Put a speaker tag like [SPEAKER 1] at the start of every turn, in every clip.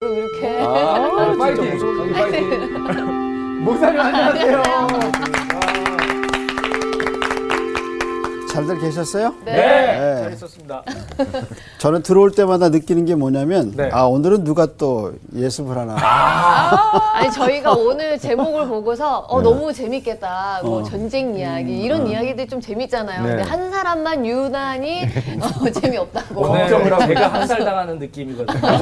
[SPEAKER 1] 이렇게
[SPEAKER 2] 아,
[SPEAKER 3] 파이팅!
[SPEAKER 2] 무서워.
[SPEAKER 3] 파이팅! 목사님 안녕하세요.
[SPEAKER 4] 잘들 계셨어요?
[SPEAKER 3] 네.
[SPEAKER 4] 네.
[SPEAKER 3] 잘했었습니다.
[SPEAKER 4] 저는 들어올 때마다 느끼는 게 뭐냐면
[SPEAKER 3] 네. 아,
[SPEAKER 4] 아 오늘은 누가 또 예습을 하나
[SPEAKER 1] 아니 저희가 오늘 제목을 보고서 어 너무 재밌겠다 뭐
[SPEAKER 4] 어.
[SPEAKER 1] 전쟁 이야기 이런 이야기들이 좀 재밌잖아요
[SPEAKER 2] 네.
[SPEAKER 1] 근데 한 사람만 유난히 어, 재미없다고
[SPEAKER 3] 걱정을 하고 제가 학살 당하는 느낌이거든요.
[SPEAKER 4] 오늘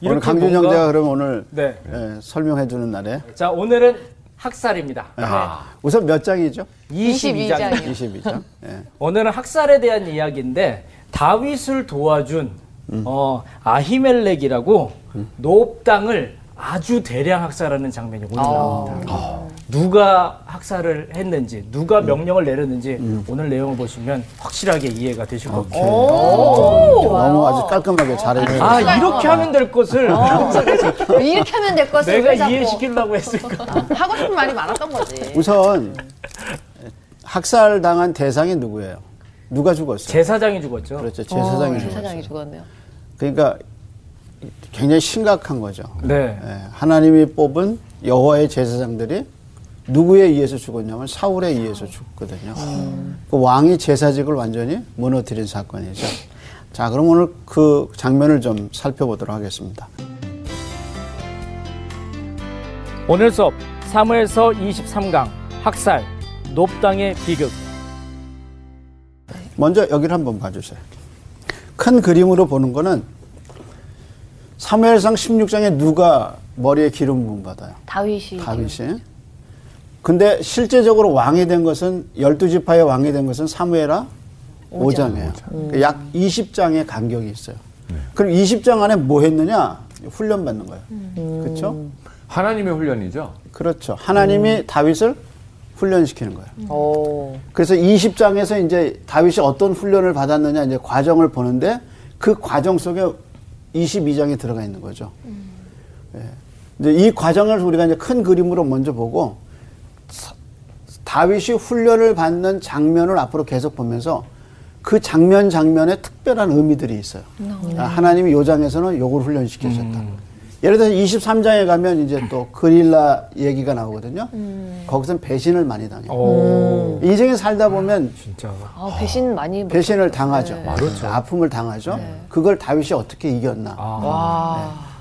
[SPEAKER 3] 이렇게
[SPEAKER 4] 강준
[SPEAKER 3] 뭔가-
[SPEAKER 4] 형제가 그럼 오늘
[SPEAKER 3] 네.
[SPEAKER 4] 예, 설명해 주는 날에 예.
[SPEAKER 3] 자 오늘은 학살입니다. 아.
[SPEAKER 4] 우선 몇 장이죠?
[SPEAKER 3] 22 장입니다.
[SPEAKER 1] 22 장이요.
[SPEAKER 4] 22장. 예.
[SPEAKER 3] 오늘은 학살에 대한 이야기인데 다윗을 도와준
[SPEAKER 4] 음.
[SPEAKER 3] 어, 아히멜렉이라고 노업 땅을 아주 대량 학살하는 장면이
[SPEAKER 1] 아.
[SPEAKER 3] 오늘 나옵니다.
[SPEAKER 4] 아.
[SPEAKER 3] 누가 학살을 했는지 누가
[SPEAKER 4] 음.
[SPEAKER 3] 명령을 내렸는지 오늘 내용을 보시면 확실하게 이해가 되실 겁니다.
[SPEAKER 4] 너무 아주 깔끔하게 잘해 주셨어요.
[SPEAKER 3] 아 이렇게 하면 될 것을
[SPEAKER 1] 어. 뭐 이렇게 하면 될 것을
[SPEAKER 3] 내가
[SPEAKER 1] 왜 자꾸
[SPEAKER 3] 이해시키려고 했을까?
[SPEAKER 5] 하고 싶은 말이 많았던 거지.
[SPEAKER 4] 우선 학살 당한 대상이 누구예요? 누가 죽었어요?
[SPEAKER 3] 제사장이 죽었죠.
[SPEAKER 4] 그렇죠. 제사장이 죽었어요.
[SPEAKER 1] 세상이 죽었네요
[SPEAKER 4] 그러니까 굉장히 심각한 거죠.
[SPEAKER 3] 네.
[SPEAKER 4] 예, 하나님이 뽑은 여호와의 제사장들이 누구에 의해서 죽었냐면 사울에 의해서 죽거든요. 그 왕이 제사직을 완전히 무너뜨린 사건이죠. 자, 그럼 오늘 그 장면을 좀 살펴보도록 하겠습니다.
[SPEAKER 3] 오늘 수업 사무엘서 23강 학살 높당의 비극
[SPEAKER 4] 먼저 여기를 한번 봐주세요. 큰 그림으로 보는 거는 사무엘상 16장에 누가 머리에 기름 부음 받아요?
[SPEAKER 1] 다윗이
[SPEAKER 4] 다윗이. 근데 실제적으로 왕이 된 것은 열두 지파의 왕이 된 것은 사무엘하 5장이에요. 그러니까 음. 약 20장의 간격이 있어요. 그럼 20장 안에 뭐 했느냐? 훈련 받는 거예요. 그렇죠?
[SPEAKER 2] 하나님의 훈련이죠.
[SPEAKER 4] 그렇죠. 하나님이 다윗을 훈련시키는 거예요.
[SPEAKER 5] 오.
[SPEAKER 4] 그래서 20장에서 이제 다윗이 어떤 훈련을 받았느냐 이제 과정을 보는데 그 과정 속에 22장이 들어가 있는 거죠. 예. 이제 이 과정을 우리가 이제 큰 그림으로 먼저 보고 사- 다윗이 훈련을 받는 장면을 앞으로 계속 보면서 그 장면 장면에 특별한 의미들이 있어요. 아, 하나님이 요 장에서는 요걸 훈련시키셨다. 예를 들어서 23장에 가면 이제 또 그릴라 얘기가 나오거든요. 거기선 배신을 많이 당해요.
[SPEAKER 3] 오
[SPEAKER 4] 인생에 살다 보면
[SPEAKER 3] 진짜
[SPEAKER 1] 아, 배신 많이
[SPEAKER 4] 배신을 당하죠. 아픔을 그렇죠. 당하죠. 그걸 다윗이 어떻게 이겼나. 네.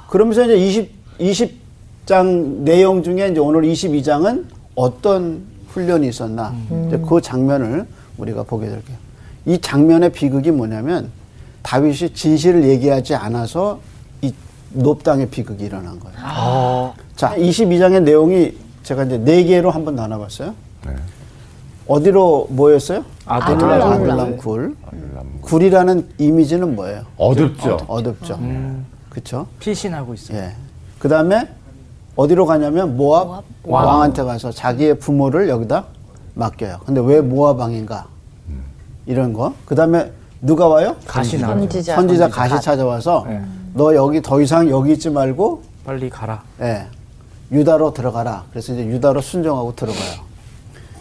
[SPEAKER 4] 그러면서 이제 20, 20장 내용 중에 이제 오늘 22장은 어떤 훈련이 있었나. 이제 그 장면을 우리가 보게 될게요. 이 장면의 비극이 뭐냐면 다윗이 진실을 얘기하지 않아서 이 높당의 비극이 일어난 거예요.
[SPEAKER 3] 아.
[SPEAKER 4] 자, 22장의 내용이 제가 이제 네 개로 한번 나눠봤어요.
[SPEAKER 2] 네.
[SPEAKER 4] 어디로 모였어요?
[SPEAKER 3] 아둘람.
[SPEAKER 4] 아둘람 굴. 굴이라는 이미지는 뭐예요?
[SPEAKER 2] 어둡죠.
[SPEAKER 4] 어둡죠. 그렇죠.
[SPEAKER 3] 피신하고 있어요.
[SPEAKER 4] 예. 그 다음에 어디로 가냐면 모압,
[SPEAKER 3] 모압.
[SPEAKER 4] 왕한테 가서 자기의 부모를 여기다 맡겨요. 근데 왜 모압 왕인가? 이런 거. 그 다음에 누가 와요?
[SPEAKER 3] 가시 나죠.
[SPEAKER 5] 선지자.
[SPEAKER 4] 선지자 가시 찾아와서
[SPEAKER 3] 예.
[SPEAKER 4] 너 여기 더 이상 여기 있지 말고
[SPEAKER 3] 빨리 가라.
[SPEAKER 4] 예. 유다로 들어가라. 그래서 이제 유다로 순종하고 들어가요.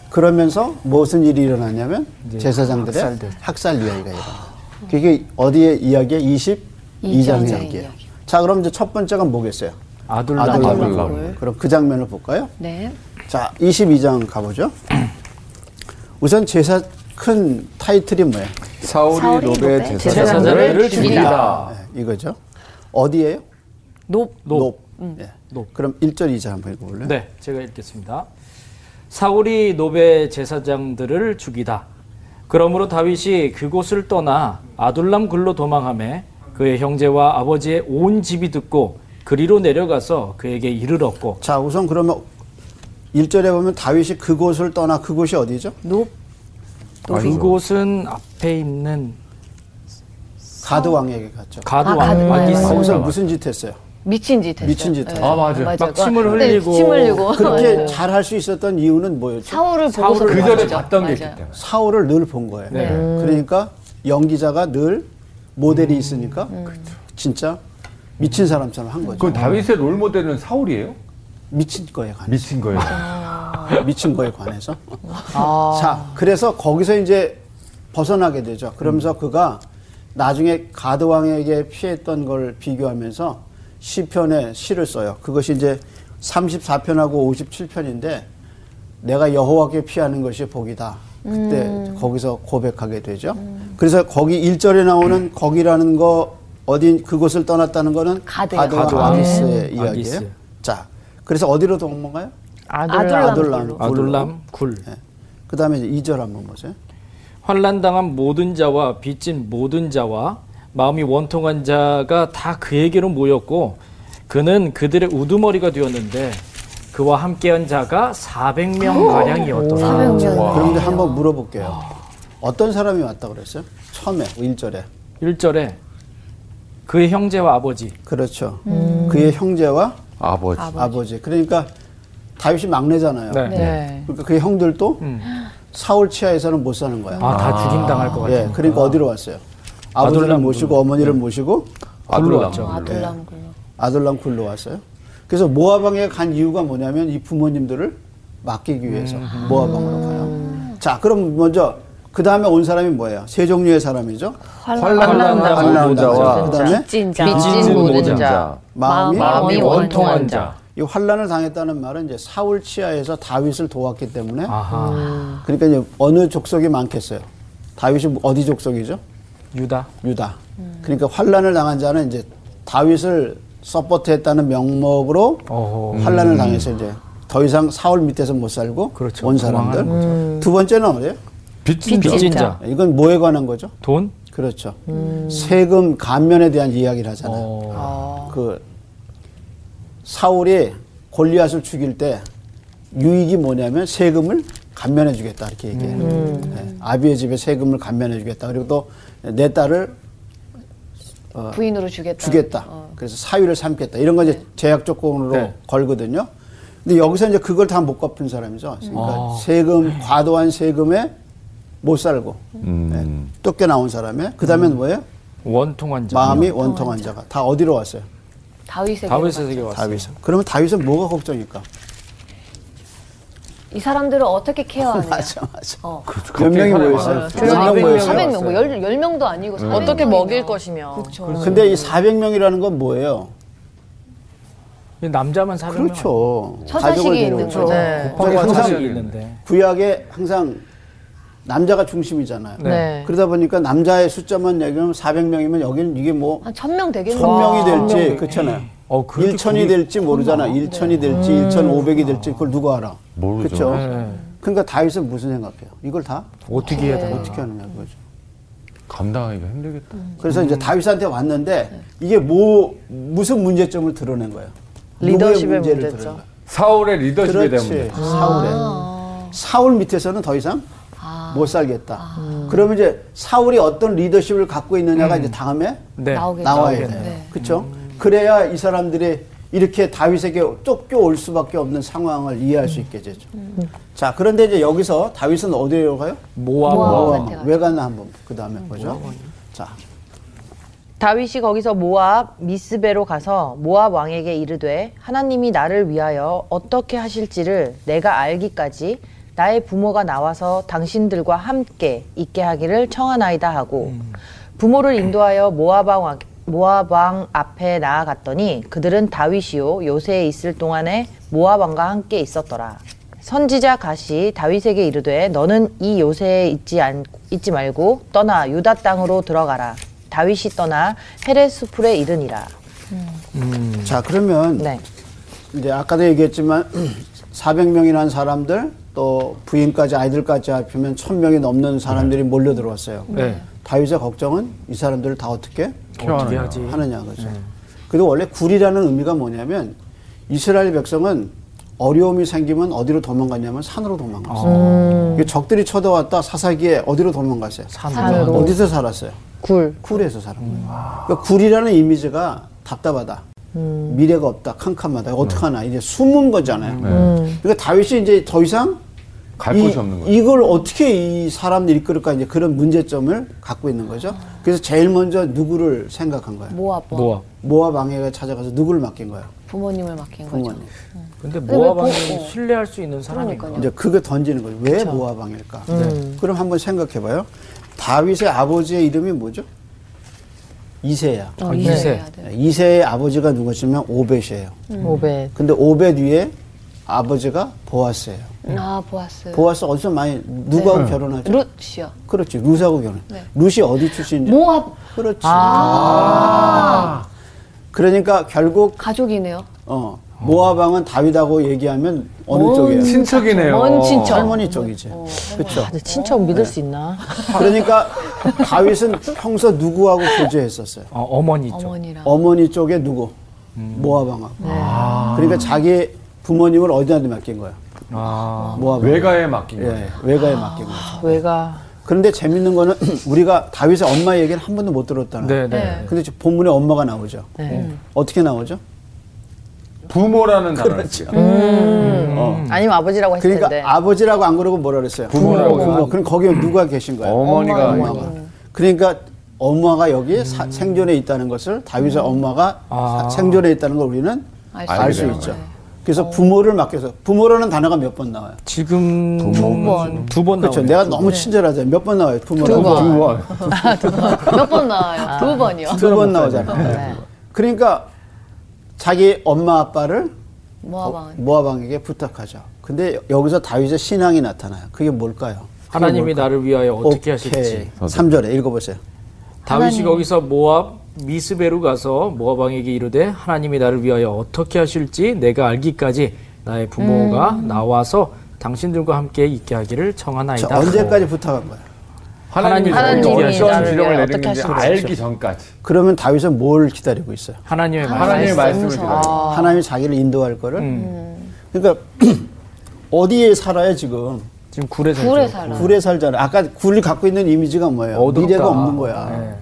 [SPEAKER 4] 그러면서 무슨 일이 일어나냐면
[SPEAKER 3] 이제
[SPEAKER 4] 제사장들의
[SPEAKER 3] 학살들.
[SPEAKER 4] 학살 이야기가 일어나요. 그게 어디의 이야기야? 22장
[SPEAKER 1] 이장의
[SPEAKER 4] 이야기예요.
[SPEAKER 1] 이야기.
[SPEAKER 4] 자, 그럼 이제 첫 번째가 뭐겠어요?
[SPEAKER 3] 아둘람.
[SPEAKER 2] 아둘람.
[SPEAKER 4] 아둘람. 그럼 그 장면을 볼까요?
[SPEAKER 1] 네
[SPEAKER 4] 자, 22장 가보죠. 우선 제사 큰 타이틀이 뭐예요?
[SPEAKER 2] 사울이, 노베 제사장을,
[SPEAKER 3] 제사장을
[SPEAKER 2] 죽이다.
[SPEAKER 4] 예, 이거죠. 어디예요?
[SPEAKER 3] 높. 음.
[SPEAKER 4] 높. 예. 그럼 1절 2절 한번 읽어볼래요?
[SPEAKER 3] 네, 제가 읽겠습니다. 사울이 노베 제사장들을 죽이다. 그러므로 다윗이 그곳을 떠나 아둘람 굴로 도망하매 그의 형제와 아버지의 온 집이 듣고 그리로 내려가서 그에게 이르렀고
[SPEAKER 4] 자, 우선 그러면 1절에 보면 다윗이 그곳을 떠나 그곳이 어디죠?
[SPEAKER 3] 그곳은 앞에 있는
[SPEAKER 4] 가드 왕에게 갔죠.
[SPEAKER 3] 가드
[SPEAKER 1] 아, 가드
[SPEAKER 3] 왕
[SPEAKER 1] 왕.
[SPEAKER 4] 거기서
[SPEAKER 3] 왕이스
[SPEAKER 4] 무슨 짓 했어요?
[SPEAKER 1] 미친 짓 했어
[SPEAKER 4] 미친 짓 했어요.
[SPEAKER 2] 아, 맞아요.
[SPEAKER 3] 막 침을
[SPEAKER 1] 네,
[SPEAKER 3] 흘리고.
[SPEAKER 1] 침 흘리고
[SPEAKER 4] 그렇게 잘 할 수 있었던 이유는 뭐였죠?
[SPEAKER 1] 사울을 보고서
[SPEAKER 2] 그 전에
[SPEAKER 1] 도망치죠.
[SPEAKER 2] 봤던 게 있기
[SPEAKER 1] 맞아요.
[SPEAKER 2] 때문에.
[SPEAKER 4] 사울을 늘 본 거예요.
[SPEAKER 3] 네.
[SPEAKER 1] 음.
[SPEAKER 4] 그러니까 연기자가 늘
[SPEAKER 3] 음.
[SPEAKER 4] 모델이 있으니까
[SPEAKER 1] 음.
[SPEAKER 4] 진짜 미친 사람처럼 한 거죠.
[SPEAKER 2] 그 다윗의 롤 모델은 사울이에요?
[SPEAKER 4] 미친 거에 관해
[SPEAKER 2] 미친 거예요.
[SPEAKER 1] 아.
[SPEAKER 4] 미친 거에 관해서. 아,
[SPEAKER 6] 아. 음.
[SPEAKER 4] 자, 그래서 거기서 이제 벗어나게 되죠. 그러면서 그가 나중에 가드 왕에게 피했던 걸 비교하면서 시편에 시를 써요. 그것이 이제 34편하고 57편인데 내가 여호와께 피하는 것이 복이다. 그때
[SPEAKER 6] 음.
[SPEAKER 4] 거기서 고백하게 되죠. 그래서 거기 일절에 나오는 거기라는 거 어딘 그곳을 떠났다는 거는
[SPEAKER 6] 가드요.
[SPEAKER 4] 가드
[SPEAKER 6] 가드
[SPEAKER 4] 아기스의
[SPEAKER 3] 왕.
[SPEAKER 4] 이야기예요.
[SPEAKER 3] 아기스.
[SPEAKER 4] 자, 그래서 어디로 도망가요?
[SPEAKER 6] 아들람.
[SPEAKER 4] 아둘람.
[SPEAKER 3] 아둘람 굴
[SPEAKER 2] 네.
[SPEAKER 4] 그다음에 이제 2절 한번 보세요.
[SPEAKER 3] 환란당한 모든 자와 빚진 모든 자와 마음이 원통한 자가 다 그에게로 모였고 그는 그들의 우두머리가 되었는데 그와 함께한 자가 400명 가량이었더라.
[SPEAKER 4] 그런데 한번 물어볼게요. 어떤 사람이 왔다 그랬어요? 처음에 일절에
[SPEAKER 3] 1절에 그의 형제와 아버지
[SPEAKER 4] 그렇죠.
[SPEAKER 3] 음.
[SPEAKER 4] 그의 형제와
[SPEAKER 2] 아버지.
[SPEAKER 4] 아버지. 그러니까 다윗이 막내잖아요.
[SPEAKER 3] 네.
[SPEAKER 5] 네.
[SPEAKER 4] 그러니까 그의 형들도
[SPEAKER 3] 음.
[SPEAKER 4] 사울 치하에서는 못 사는 거야.
[SPEAKER 3] 아 다 죽임당할 것
[SPEAKER 4] 예,
[SPEAKER 3] 같아요. 네.
[SPEAKER 4] 그러니까 어디로 왔어요? 아버지를
[SPEAKER 3] 아둘람
[SPEAKER 4] 모시고 어머니를 모시고
[SPEAKER 3] 굴로
[SPEAKER 2] 아둘람.
[SPEAKER 3] 왔죠.
[SPEAKER 4] 네.
[SPEAKER 1] 아둘람 굴러.
[SPEAKER 4] 아들랑 굴러 왔어요. 그래서 모아방에 간 이유가 뭐냐면 이 부모님들을 맡기기 위해서
[SPEAKER 3] 음.
[SPEAKER 4] 모아방으로 가요. 자, 그럼 먼저 그 다음에 온 사람이 뭐예요? 세 종류의 사람이죠.
[SPEAKER 2] 환란당한
[SPEAKER 4] 환란당한
[SPEAKER 2] 모자와
[SPEAKER 4] 그 다음에
[SPEAKER 6] 빚진자.
[SPEAKER 5] 빚진 모든 자.
[SPEAKER 4] 마음이
[SPEAKER 5] 마음이 원통한 자.
[SPEAKER 4] 이 환란을 당했다는 말은 이제 사울 치하에서 다윗을 도왔기 때문에
[SPEAKER 3] 아하
[SPEAKER 4] 그러니까 이제 어느 족속이 많겠어요. 다윗이 어디 족속이죠?
[SPEAKER 3] 유다.
[SPEAKER 4] 유다. 그러니까 환란을 당한 자는 이제 다윗을 서포트했다는 명목으로
[SPEAKER 3] 어허. 음.
[SPEAKER 4] 환란을 당해서 이제 더 이상 사울 밑에서 못 살고
[SPEAKER 3] 그렇죠.
[SPEAKER 4] 온 사람들.
[SPEAKER 3] 도망하는
[SPEAKER 4] 두 번째는 어디예요?
[SPEAKER 2] 빚진 자.
[SPEAKER 3] 빚진
[SPEAKER 6] 자.
[SPEAKER 3] 자.
[SPEAKER 4] 이건 뭐에 관한 거죠?
[SPEAKER 3] 돈?
[SPEAKER 4] 그렇죠. 세금 감면에 대한 이야기를 하잖아요.
[SPEAKER 3] 어.
[SPEAKER 5] 어.
[SPEAKER 4] 그 사울이 골리앗을 죽일 때 유익이 뭐냐면 세금을 감면해 주겠다 이렇게 얘기해요. 네. 아비의 집에 세금을 감면해 주겠다. 그리고 또 내 딸을
[SPEAKER 1] 부인으로 주겠다.
[SPEAKER 4] 어. 주겠다.
[SPEAKER 1] 어.
[SPEAKER 4] 그래서 사위를 삼겠다. 이런 거 이제 제약 조건으로
[SPEAKER 3] 네.
[SPEAKER 4] 걸거든요. 근데 여기서 이제 그걸 다 못 갚은 사람이죠. 그러니까
[SPEAKER 3] 아.
[SPEAKER 4] 세금 과도한 세금에 못 살고
[SPEAKER 2] 음.
[SPEAKER 4] 네. 쫓겨나온 사람의 그다음엔 뭐예요?
[SPEAKER 3] 원통한 자.
[SPEAKER 4] 마음이 원통한 자가 다 어디로 왔어요?
[SPEAKER 1] 다윗에게.
[SPEAKER 3] 다윗의 세계 왔어요.
[SPEAKER 4] 다윗은. 그러면 다윗은 뭐가 걱정일까?
[SPEAKER 1] 이 사람들을 어떻게 케어하냐.
[SPEAKER 4] 맞아, 맞아.
[SPEAKER 1] 어.
[SPEAKER 4] 그렇죠. 몇 명이
[SPEAKER 2] 사람이
[SPEAKER 4] 모였어요?
[SPEAKER 3] 그러니까
[SPEAKER 4] 몇명
[SPEAKER 3] 400
[SPEAKER 4] 모였어요? 음.
[SPEAKER 1] 400명, 뭐 10, 10명도 아니고. 400
[SPEAKER 5] 어떻게
[SPEAKER 1] 명이면.
[SPEAKER 5] 먹일 것이며.
[SPEAKER 4] 근데 이 400명이라는 건 뭐예요?
[SPEAKER 3] 남자만 사면
[SPEAKER 4] 그렇죠.
[SPEAKER 1] 처자식이
[SPEAKER 4] 가족을
[SPEAKER 1] 있는
[SPEAKER 4] 데려오죠.
[SPEAKER 1] 거죠.
[SPEAKER 5] 네.
[SPEAKER 4] 저기
[SPEAKER 3] 과
[SPEAKER 4] 항상
[SPEAKER 3] 자식이 있는데.
[SPEAKER 4] 구약에 항상 남자가 중심이잖아요.
[SPEAKER 5] 네.
[SPEAKER 4] 그러다 보니까 남자의 숫자만 얘기하면 400명이면 여기는 이게 뭐
[SPEAKER 1] 한 1000명 아, 되겠네.
[SPEAKER 4] 천명이 될지 그렇잖아요.
[SPEAKER 3] 어, 그렇게
[SPEAKER 4] 일천이
[SPEAKER 3] 거의
[SPEAKER 4] 될지 모르잖아. 일천이 될지 일천오백이 될지 그걸 누가 알아?
[SPEAKER 2] 모르죠.
[SPEAKER 4] 그렇죠.
[SPEAKER 3] 네.
[SPEAKER 4] 그러니까 다윗은 무슨 생각해요? 이걸 다
[SPEAKER 3] 어떻게 해야
[SPEAKER 1] 네.
[SPEAKER 3] 되나?
[SPEAKER 4] 어떻게 하느냐 그거죠.
[SPEAKER 2] 감당하기가 힘들겠다.
[SPEAKER 4] 그래서 이제 다윗한테 왔는데 이게 뭐 무슨 문제점을 드러낸 거예요? 누구의
[SPEAKER 5] 리더십의
[SPEAKER 4] 문제를
[SPEAKER 5] 문제점.
[SPEAKER 4] 드러낸 거예요?
[SPEAKER 2] 사울의 리더십에 대한
[SPEAKER 4] 그렇지.
[SPEAKER 2] 문제.
[SPEAKER 4] 사울의 사울 밑에서는 더 이상 못 살겠다. 그러면 이제 사울이 어떤 리더십을 갖고 있느냐가 이제 다음에
[SPEAKER 3] 네.
[SPEAKER 1] 나오겠죠.
[SPEAKER 4] 나와야
[SPEAKER 1] 나오겠네요.
[SPEAKER 4] 돼요.
[SPEAKER 1] 네.
[SPEAKER 4] 그렇죠? 그래야 이 사람들이 이렇게 다윗에게 쫓겨올 수밖에 없는 상황을 이해할 수 있게 되죠. 자, 그런데 이제 여기서 다윗은 어디로 가요?
[SPEAKER 3] 모아
[SPEAKER 1] 모아.
[SPEAKER 3] 모아.
[SPEAKER 1] 모아방한테
[SPEAKER 4] 모아방.
[SPEAKER 1] 가죠.
[SPEAKER 4] 왜 가나 한번 그 다음에 보죠. 자,
[SPEAKER 5] 다윗이 거기서 모압 미스베로 가서 모압 왕에게 이르되 하나님이 나를 위하여 어떻게 하실지를 내가 알기까지 나의 부모가 나와서 당신들과 함께 있게 하기를 청하나이다 하고 부모를 인도하여 모압 왕 모압 왕 앞에 나아갔더니 그들은 다윗이요 요새에 있을 동안에 모압 왕과 함께 있었더라. 선지자 가시 다윗에게 이르되 너는 이 요새에 있지 않 있지 말고 떠나 유다 땅으로 들어가라. 다윗이 떠나 헤레스풀에 이르니라.
[SPEAKER 4] 자 그러면
[SPEAKER 5] 네.
[SPEAKER 4] 이제 아까도 얘기했지만 400명이라는 사람들 또 부인까지 아이들까지 합치면 1000명이 넘는 사람들이 몰려 들어왔어요.
[SPEAKER 3] 네.
[SPEAKER 4] 다윗의 걱정은 이 사람들을 다 어떻게
[SPEAKER 3] 어떻게 하지?
[SPEAKER 4] 하느냐 그죠. 그리고 원래 굴이라는 의미가 뭐냐면 이스라엘 백성은 어려움이 생기면 어디로 도망갔냐면 산으로 도망갔어요. 이게 적들이 쳐들어왔다 사사기에 어디로 도망갔어요? 아. 산으로. 아, 어디서 살았어요?
[SPEAKER 5] 굴.
[SPEAKER 4] 굴에서 사는 거예요. 그러니까 굴이라는 이미지가 답답하다. 미래가 없다. 캄캄하다. 어떡하나. 이제 숨은 거잖아요. 그러니까 다윗이 이제 더 이상
[SPEAKER 2] 네. 갈
[SPEAKER 4] 이-
[SPEAKER 2] 곳이 없는 거죠.
[SPEAKER 4] 이걸 어떻게 이 사람들 이끌까 이제 그런 문제점을 갖고 있는 거죠. 그래서 제일 먼저 누구를 생각한 거예요.
[SPEAKER 1] 모아, 모아.
[SPEAKER 3] 모아.
[SPEAKER 4] 모압 왕에게 찾아가서 누구를 맡긴 거예요.
[SPEAKER 1] 부모님을 맡긴 거죠.
[SPEAKER 4] 부모님.
[SPEAKER 3] 근데
[SPEAKER 1] 왜
[SPEAKER 3] 모아 방이
[SPEAKER 1] 보- 어.
[SPEAKER 3] 신뢰할 수 있는 사람인가?
[SPEAKER 1] 그러니까요.
[SPEAKER 4] 이제 그게 던지는 거예요. 왜
[SPEAKER 2] 네.
[SPEAKER 4] 모압 왕일까? 그럼 한번 생각해 봐요. 다윗의 아버지의 이름이 뭐죠? 2세야.
[SPEAKER 1] 어,
[SPEAKER 3] 이세.
[SPEAKER 1] 이세 아들.
[SPEAKER 4] 2세의 네, 아버지가 누구시면 오벳이에요.
[SPEAKER 5] 오벳.
[SPEAKER 4] 근데 오벳 위에 아버지가 보아스예요.
[SPEAKER 1] 아 보아스.
[SPEAKER 4] 보아스 어디서 많이 누구하고 결혼하죠?
[SPEAKER 1] 룻이요.
[SPEAKER 4] 그렇지. 루스하고 결혼.
[SPEAKER 1] 네.
[SPEAKER 4] 루시 어디 출신인지?
[SPEAKER 1] 모압
[SPEAKER 4] 그렇지. 그러니까 결국
[SPEAKER 1] 가족이네요.
[SPEAKER 4] 어, 모아방은 다윗하고 얘기하면 어느 쪽이에요?
[SPEAKER 2] 친척이네요.
[SPEAKER 1] 먼 친척.
[SPEAKER 4] 할머니 쪽이지. 그렇죠.
[SPEAKER 5] 아, 근데 친척 믿을 수 있나?
[SPEAKER 4] 그러니까 다윗은 평소 누구하고 교제했었어요?
[SPEAKER 3] 어, 어머니 쪽.
[SPEAKER 1] 어머니랑.
[SPEAKER 4] 그렇죠. 어머니 쪽에 누구? 모아방하고. 그러니까 자기 부모님을 어디한테 맡긴 거야?
[SPEAKER 3] 아,
[SPEAKER 4] 모아방.
[SPEAKER 2] 외가에 맡긴 거예요.
[SPEAKER 4] 예, 외가에 맡긴 거죠.
[SPEAKER 5] 왜가?
[SPEAKER 4] 그런데 재밌는 거는 우리가 다윗의 엄마 얘기는 한 번도 못 들었다는
[SPEAKER 3] 네,
[SPEAKER 4] 거예요.
[SPEAKER 3] 네.
[SPEAKER 4] 근데 지금 본문에 엄마가 나오죠.
[SPEAKER 5] 네.
[SPEAKER 4] 어떻게 나오죠?
[SPEAKER 2] 부모라는 단어. 죠 음.
[SPEAKER 4] 어.
[SPEAKER 5] 음. 아니면 아버지라고 했을
[SPEAKER 4] 그러니까
[SPEAKER 5] 텐데.
[SPEAKER 4] 아버지라고 안 그러고 뭐라 그랬어요?
[SPEAKER 2] 부모라고.
[SPEAKER 4] 부모. 그럼 거기에 누가 계신 거예요?
[SPEAKER 2] 어머니가
[SPEAKER 4] 엄마가. 그러니까 엄마가 여기 사- 생존에 있다는 것을 다윗의 엄마가
[SPEAKER 3] 아.
[SPEAKER 4] 사- 생존에 있다는 걸 우리는
[SPEAKER 1] 알수 네.
[SPEAKER 4] 알 수
[SPEAKER 2] 있죠.
[SPEAKER 4] 있죠. 그래서 부모를 맡겨서 부모라는 단어가 몇 번 나와요?
[SPEAKER 3] 지금
[SPEAKER 1] 두 번.
[SPEAKER 3] 두번
[SPEAKER 4] 그렇죠.
[SPEAKER 3] 나오네요.
[SPEAKER 4] 내가 너무 친절하잖아요. 몇 번 나와요? 부모라고.
[SPEAKER 1] 두 번.
[SPEAKER 2] 부모.
[SPEAKER 1] 몇 번 나와요? 두 번이요.
[SPEAKER 4] 아. 두 번 나오잖아요.
[SPEAKER 5] 네.
[SPEAKER 4] 그러니까 자기 엄마 아빠를
[SPEAKER 1] 모아방.
[SPEAKER 4] 모아방에게 부탁하죠. 근데 여기서 다윗의 신앙이 나타나요. 그게 뭘까요?
[SPEAKER 3] 하나님이 나를 위하여 어떻게
[SPEAKER 4] 오케이.
[SPEAKER 3] 하실지.
[SPEAKER 4] 3절에 읽어보세요.
[SPEAKER 3] 다윗이 거기서 모압 미스베로 가서 모압 왕에게 이르되 하나님이 나를 위하여 어떻게 하실지 내가 알기까지 나의 부모가 나와서 당신들과 함께 있게 하기를
[SPEAKER 4] 자,
[SPEAKER 3] 청하나이다.
[SPEAKER 4] 언제까지 부탁한 거예요?
[SPEAKER 2] 하나님이
[SPEAKER 3] 하나님이
[SPEAKER 2] 어떤
[SPEAKER 5] 나를
[SPEAKER 2] 지령을
[SPEAKER 5] 어떻게
[SPEAKER 2] 내리는지
[SPEAKER 5] 하시는지
[SPEAKER 2] 알기 전까지.
[SPEAKER 4] 그러면 다윗은 뭘 기다리고 있어요?
[SPEAKER 3] 하나님의 아, 말씀.
[SPEAKER 2] 하나님의 말씀을 기다려.
[SPEAKER 4] 하나님이 자기를 인도할 거를.
[SPEAKER 3] 음.
[SPEAKER 4] 그러니까 어디에 살아요 지금?
[SPEAKER 3] 지금 굴에 살죠.
[SPEAKER 1] 굴에 살아.
[SPEAKER 4] 굴에 살잖아. 아까 굴이 갖고 있는 이미지가 뭐예요?
[SPEAKER 3] 어둡다.
[SPEAKER 4] 미래가 없는 거야.
[SPEAKER 3] 네.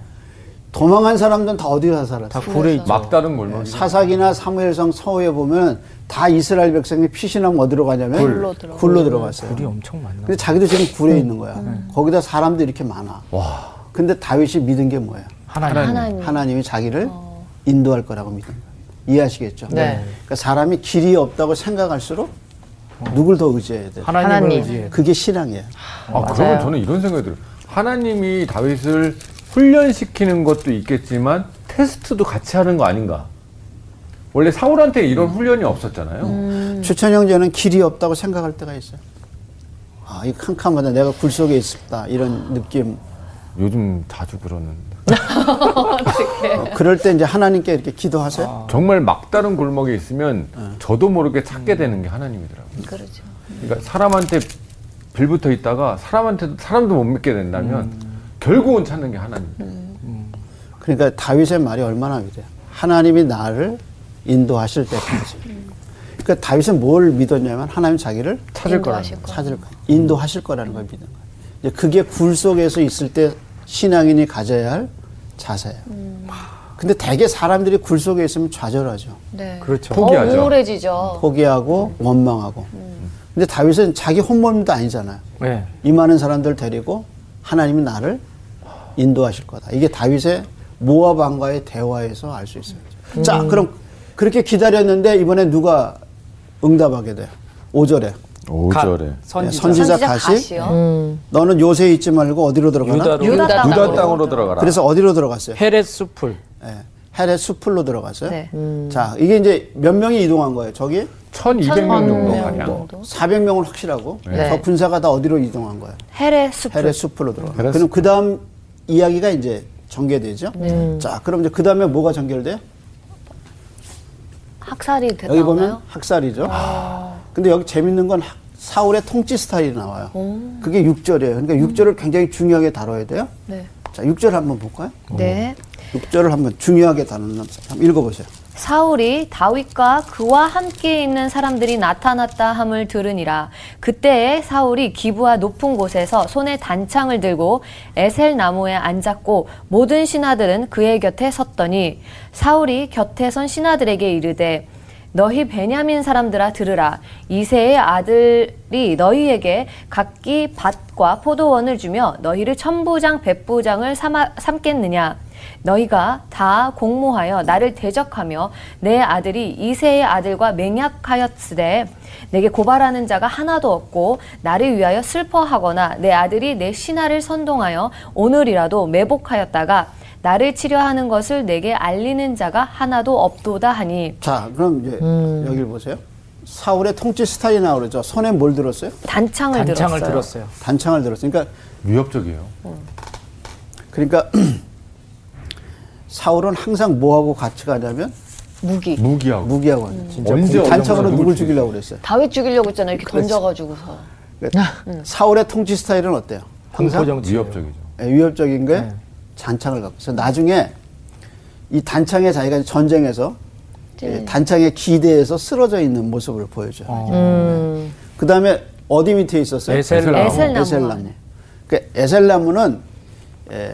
[SPEAKER 4] 도망한 사람들은 다 어디서 살았어?
[SPEAKER 3] 다 굴에 있죠.
[SPEAKER 2] 막다른 골목.
[SPEAKER 4] 뭐 사사기나 사무엘상 서호에 보면 다 이스라엘 백성이 피신하면 어디로 가냐면
[SPEAKER 1] 굴로 들어가.
[SPEAKER 4] 굴로 들어갔어요.
[SPEAKER 3] 굴이 엄청 많나.
[SPEAKER 4] 근데 자기도 지금 굴에 있는 거야. 거기다 사람도 이렇게 많아. 근데 다윗이 믿은 게 뭐예요?
[SPEAKER 3] 하나님.
[SPEAKER 1] 하나님. 어.
[SPEAKER 4] 하나님이 자기를 인도할 거라고 믿은 거예요. 이해하시겠죠?
[SPEAKER 5] 네.
[SPEAKER 4] 그러니까 사람이 길이 없다고 생각할수록 누굴 더 의지해야 돼? 요
[SPEAKER 3] 하나님을
[SPEAKER 5] 하나님.
[SPEAKER 3] 의지해.
[SPEAKER 4] 그게 신앙이에요.
[SPEAKER 2] 아, 그러면 저는 이런 생각이 들어요. 하나님이 다윗을 훈련시키는 것도 있겠지만 테스트도 같이 하는 거 아닌가? 원래 사울한테 이런 훈련이 없었잖아요.
[SPEAKER 4] 음.
[SPEAKER 1] 음.
[SPEAKER 4] 추천 형제는 길이 없다고 생각할 때가 있어요. 아, 이 캄캄하다. 내가 굴 속에 있었다. 이런 느낌.
[SPEAKER 2] 요즘 자주 그러는데.
[SPEAKER 4] 어, 그럴 때 이제 하나님께 이렇게 기도하세요.
[SPEAKER 2] 아. 정말 막다른 골목에 있으면 저도 모르게 찾게 되는 게 하나님이더라고요.
[SPEAKER 1] 그렇죠.
[SPEAKER 2] 그러니까 사람한테 빌붙어 있다가 사람한테 사람도 못 믿게 된다면 결국은 찾는 게 하나님.
[SPEAKER 4] 그러니까 다윗의 말이 얼마나 위대해. 하나님이 나를 인도하실 때까지. 그러니까 다윗은 뭘 믿었냐면 하나님 자기를
[SPEAKER 2] 음. 찾을 거라는
[SPEAKER 1] 인도하실 거예요.
[SPEAKER 4] 찾을 거 인도하실 거라는 걸 믿는 거예요. 이제 그게 굴 속에서 있을 때 신앙인이 가져야 할 자세예요.
[SPEAKER 2] 음.
[SPEAKER 4] 근데 대개 사람들이 굴 속에 있으면 좌절하죠.
[SPEAKER 1] 네.
[SPEAKER 3] 그렇죠.
[SPEAKER 2] 포기하죠.
[SPEAKER 1] 더 우울해지죠.
[SPEAKER 4] 포기하고
[SPEAKER 2] 음.
[SPEAKER 4] 원망하고. 근데 다윗은 자기 혼몸도 아니잖아요.
[SPEAKER 3] 네.
[SPEAKER 4] 이 많은 사람들 데리고 하나님이 나를 인도하실 거다. 이게 다윗의 모압 왕과의 대화에서 알 수 있어요.
[SPEAKER 3] 음.
[SPEAKER 4] 자, 그럼 그렇게 기다렸는데 이번에 누가 응답하게 돼요? 5절에. 예,
[SPEAKER 2] 오절에
[SPEAKER 3] 선지자.
[SPEAKER 4] 선지자
[SPEAKER 1] 선지자
[SPEAKER 4] 가시.
[SPEAKER 5] 음.
[SPEAKER 1] 가시요.
[SPEAKER 4] 너는 요새 있지 말고 어디로 들어가나?
[SPEAKER 3] 유다로
[SPEAKER 1] 유다
[SPEAKER 5] 유다
[SPEAKER 1] 땅으로.
[SPEAKER 2] 유다 땅으로 들어가라.
[SPEAKER 4] 그래서 어디로 들어갔어요?
[SPEAKER 3] 헤렛 수풀.
[SPEAKER 4] 예, 헤레 수풀로 들어갔어요.
[SPEAKER 1] 네.
[SPEAKER 3] 음.
[SPEAKER 4] 자, 이게 이제 몇 명이 이동한 거예요? 저기
[SPEAKER 2] 1,200명 정도 가량.
[SPEAKER 4] 400명은 확실하고
[SPEAKER 5] 네.
[SPEAKER 4] 저 군사가 다 어디로 이동한 거예요?
[SPEAKER 1] 헤레 숲.
[SPEAKER 4] 헤레 수풀로 들어가.
[SPEAKER 2] 헤레
[SPEAKER 4] 그럼 그 다음 이야기가 이제 전개되죠.
[SPEAKER 1] 네.
[SPEAKER 4] 자, 그럼 이제 그 다음에 뭐가 전개돼요?
[SPEAKER 1] 학살이 네, 됐나요? 아.
[SPEAKER 4] 여기 보면 학살이죠. 근데 여기 재밌는 건 학- 사울의 통치 스타일이 나와요. 그게 6절이에요.
[SPEAKER 1] 음.
[SPEAKER 4] 그러니까 6절을 굉장히 중요하게 다뤄야 돼요.
[SPEAKER 1] 네.
[SPEAKER 4] 자, 6절 한번 볼까요?
[SPEAKER 1] 네.
[SPEAKER 4] 6절을 한번 중요하게 다루는 한번 읽어보세요.
[SPEAKER 6] 사울이 다윗과 그와 함께 있는 사람들이 나타났다 함을 들으니라. 그때에 사울이 기부와 높은 곳에서 손에 단창을 들고 에셀 나무에 앉았고 모든 신하들은 그의 곁에 섰더니 사울이 곁에 선 신하들에게 이르되 너희 베냐민 사람들아 들으라 이세의 아들이 너희에게 각기 밭과 포도원을 주며 너희를 천부장 백부장을 삼아, 삼겠느냐 너희가 다 공모하여 나를 대적하며 내 아들이 이세의 아들과 맹약하였으되 내게 고발하는 자가 하나도 없고 나를 위하여 슬퍼하거나 내 아들이 내 신하를 선동하여 오늘이라도 매복하였다가 나를 치려하는 것을 내게 알리는 자가 하나도 없도다 하니
[SPEAKER 4] 자, 그럼 이제
[SPEAKER 1] 음.
[SPEAKER 4] 여기를 보세요. 사울의 통치 스타일이 나오죠. 손에 뭘 들었어요?
[SPEAKER 6] 단창을,
[SPEAKER 3] 단창을
[SPEAKER 6] 들었어요.
[SPEAKER 3] 네, 들었어요.
[SPEAKER 4] 단창을 들었어요. 그러니까
[SPEAKER 2] 위협적이에요.
[SPEAKER 4] 그러니까 사울은 항상 뭐하고 같이 가냐면
[SPEAKER 1] 무기.
[SPEAKER 2] 무기하고.
[SPEAKER 4] 무기하고 가요.
[SPEAKER 2] 언제 어디
[SPEAKER 4] 단창으로
[SPEAKER 2] 가서
[SPEAKER 4] 누굴
[SPEAKER 2] 누굴
[SPEAKER 4] 죽이려고 그랬어요.
[SPEAKER 1] 다윗 죽이려고 했잖아. 이렇게 던져가지고서.
[SPEAKER 4] 그러니까 사울의 통치 스타일은 어때요? 항상
[SPEAKER 3] 공포정치.
[SPEAKER 2] 위협적이죠.
[SPEAKER 4] 예, 위협적인 거에 잔창을 갖고. 그래서 나중에 이 단창에 자기가 전쟁에서
[SPEAKER 2] 네.
[SPEAKER 4] 예, 단창에 기대에서 쓰러져 있는 모습을 보여줘요. 네. 그 다음에 어디 밑에 있었어요?
[SPEAKER 3] 에셀
[SPEAKER 2] 음. 에셀나무.
[SPEAKER 6] 에셀나무.
[SPEAKER 4] 에셀나무. 그 에셀나무는 에,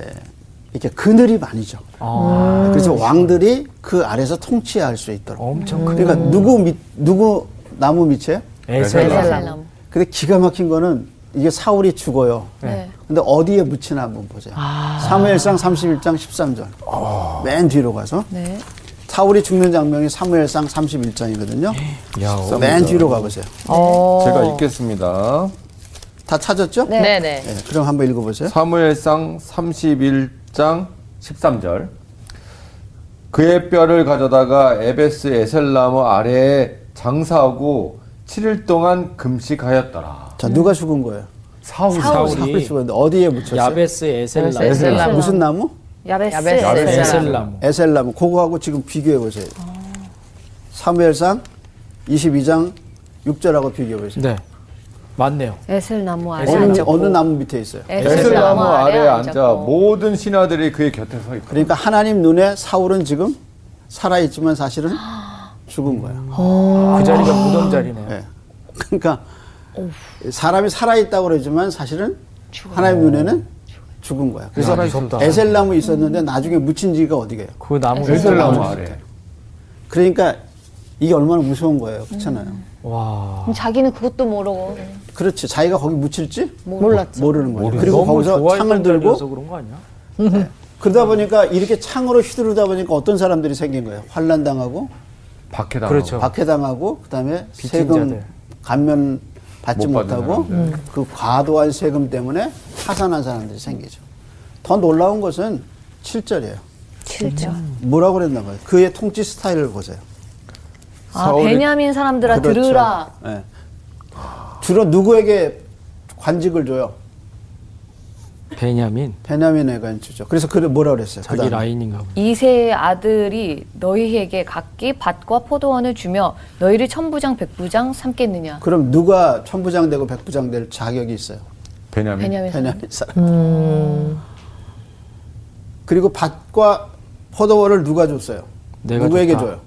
[SPEAKER 4] 이렇게 그늘이 많이죠.
[SPEAKER 2] 음.
[SPEAKER 4] 그래서 왕들이 그 아래서 통치할 수 있도록.
[SPEAKER 3] 엄청
[SPEAKER 4] 그러니까 누구 밑 누구 나무 밑에?
[SPEAKER 3] 에셀.
[SPEAKER 2] 에셀나무.
[SPEAKER 1] 에셀나무.
[SPEAKER 4] 근데 기가 막힌 거는 이게 사울이 죽어요.
[SPEAKER 1] 네.
[SPEAKER 4] 근데 어디에 묻히나 한번 보세요. 사무엘상 31장 13절. 맨 뒤로 가서
[SPEAKER 1] 네.
[SPEAKER 4] 사울이 죽는 장면이 사무엘상 31장이거든요. 맨 뒤로 가보세요.
[SPEAKER 2] 제가 읽겠습니다.
[SPEAKER 4] 다 찾았죠?
[SPEAKER 1] 네.
[SPEAKER 5] 어. 네네.
[SPEAKER 4] 예, 그럼 한번
[SPEAKER 2] 네?
[SPEAKER 4] 읽어보세요.
[SPEAKER 2] 사무엘상 31장 13절 그의 뼈를 가져다가 에베스 에셀나무 아래에 장사하고 7일 동안 금식하였더라.
[SPEAKER 4] 자, 누가 죽은 거예요?
[SPEAKER 2] 사울
[SPEAKER 4] 사울이
[SPEAKER 3] 사울이
[SPEAKER 4] 죽었는데 어디에 묻혔어요?
[SPEAKER 3] 야베스 에셀라.
[SPEAKER 5] 에셀나무.
[SPEAKER 4] 에셀나무. 무슨 나무?
[SPEAKER 6] 야베스,
[SPEAKER 5] 야베스.
[SPEAKER 6] 에셀.
[SPEAKER 3] 에셀나무.
[SPEAKER 4] 에셀나무. 그거하고 지금 비교해 보세요. 사무엘상 22장 6절하고 비교해 보세요.
[SPEAKER 3] 네. 맞네요.
[SPEAKER 6] 에셀나무 아래
[SPEAKER 4] 어느,
[SPEAKER 6] 앉았고
[SPEAKER 4] 어느 나무 밑에 있어요?
[SPEAKER 2] 에셀나무 아래에 앉아
[SPEAKER 6] 앉았고.
[SPEAKER 2] 모든 신하들이 그의 곁에 서 있고
[SPEAKER 4] 그러니까 하나님 눈에 사울은 지금 살아있지만 사실은 죽은 거야.
[SPEAKER 3] 그 자리가 무덤 자리네요.
[SPEAKER 4] 예. 그러니까 사람이 살아있다고 그러지만 사실은 하나님 눈에는 죽은 거야. 그래서
[SPEAKER 3] 무섭다.
[SPEAKER 4] 에셀나무 있었는데 나중에 묻힌 지가 어디게요?
[SPEAKER 3] 그 나무가
[SPEAKER 2] 에셀나무 아래
[SPEAKER 4] 그러니까 이게 얼마나 무서운 거예요. 그렇잖아요.
[SPEAKER 3] 와.
[SPEAKER 1] 그럼 자기는 그것도 모르고.
[SPEAKER 4] 그렇지. 자기가 거기 묻힐지 몰랐죠. 모르는 거예요. 그리고
[SPEAKER 3] 너무
[SPEAKER 4] 거기서
[SPEAKER 3] 좋아했던
[SPEAKER 4] 창을
[SPEAKER 3] 자리여서
[SPEAKER 4] 들고
[SPEAKER 3] 그런 거 아니야?
[SPEAKER 4] 그러다 보니까 이렇게 창으로 휘두르다 보니까 어떤 사람들이 생긴 거예요. 환란 당하고
[SPEAKER 2] 박해당하고
[SPEAKER 3] 그렇죠.
[SPEAKER 4] 박해당하고 그다음에
[SPEAKER 3] 빚진
[SPEAKER 4] 세금
[SPEAKER 3] 자들.
[SPEAKER 4] 감면 받지
[SPEAKER 2] 못 받는
[SPEAKER 4] 못하고
[SPEAKER 3] 네.
[SPEAKER 2] 사람들.
[SPEAKER 4] 그 과도한 세금 때문에 파산한 사람들이 생기죠. 더 놀라운 것은 7절이에요.
[SPEAKER 1] 7절.
[SPEAKER 3] 음.
[SPEAKER 4] 뭐라고 그랬나 봐요. 그의 통치 스타일을 보세요.
[SPEAKER 6] 아 베냐민 사람들아
[SPEAKER 4] 그렇죠.
[SPEAKER 6] 들으라
[SPEAKER 4] 예. 주로 누구에게 관직을 줘요?
[SPEAKER 3] 베냐민
[SPEAKER 4] 베냐민에게 주죠. 그래서 그를 뭐라 그랬어요?
[SPEAKER 3] 자기
[SPEAKER 4] 그다음에.
[SPEAKER 3] 라인인가 보네.
[SPEAKER 6] 이세의 아들이 너희에게 각기 밭과 포도원을 주며 너희를 천부장 백부장 삼겠느냐
[SPEAKER 4] 그럼 누가 천부장 되고 백부장 될 자격이 있어요?
[SPEAKER 2] 베냐민
[SPEAKER 1] 베냐민 사람.
[SPEAKER 4] 베냐민 사람. 그리고 밭과 포도원을 누가 줬어요?
[SPEAKER 3] 내가
[SPEAKER 4] 누구에게
[SPEAKER 3] 줬다.
[SPEAKER 4] 줘요?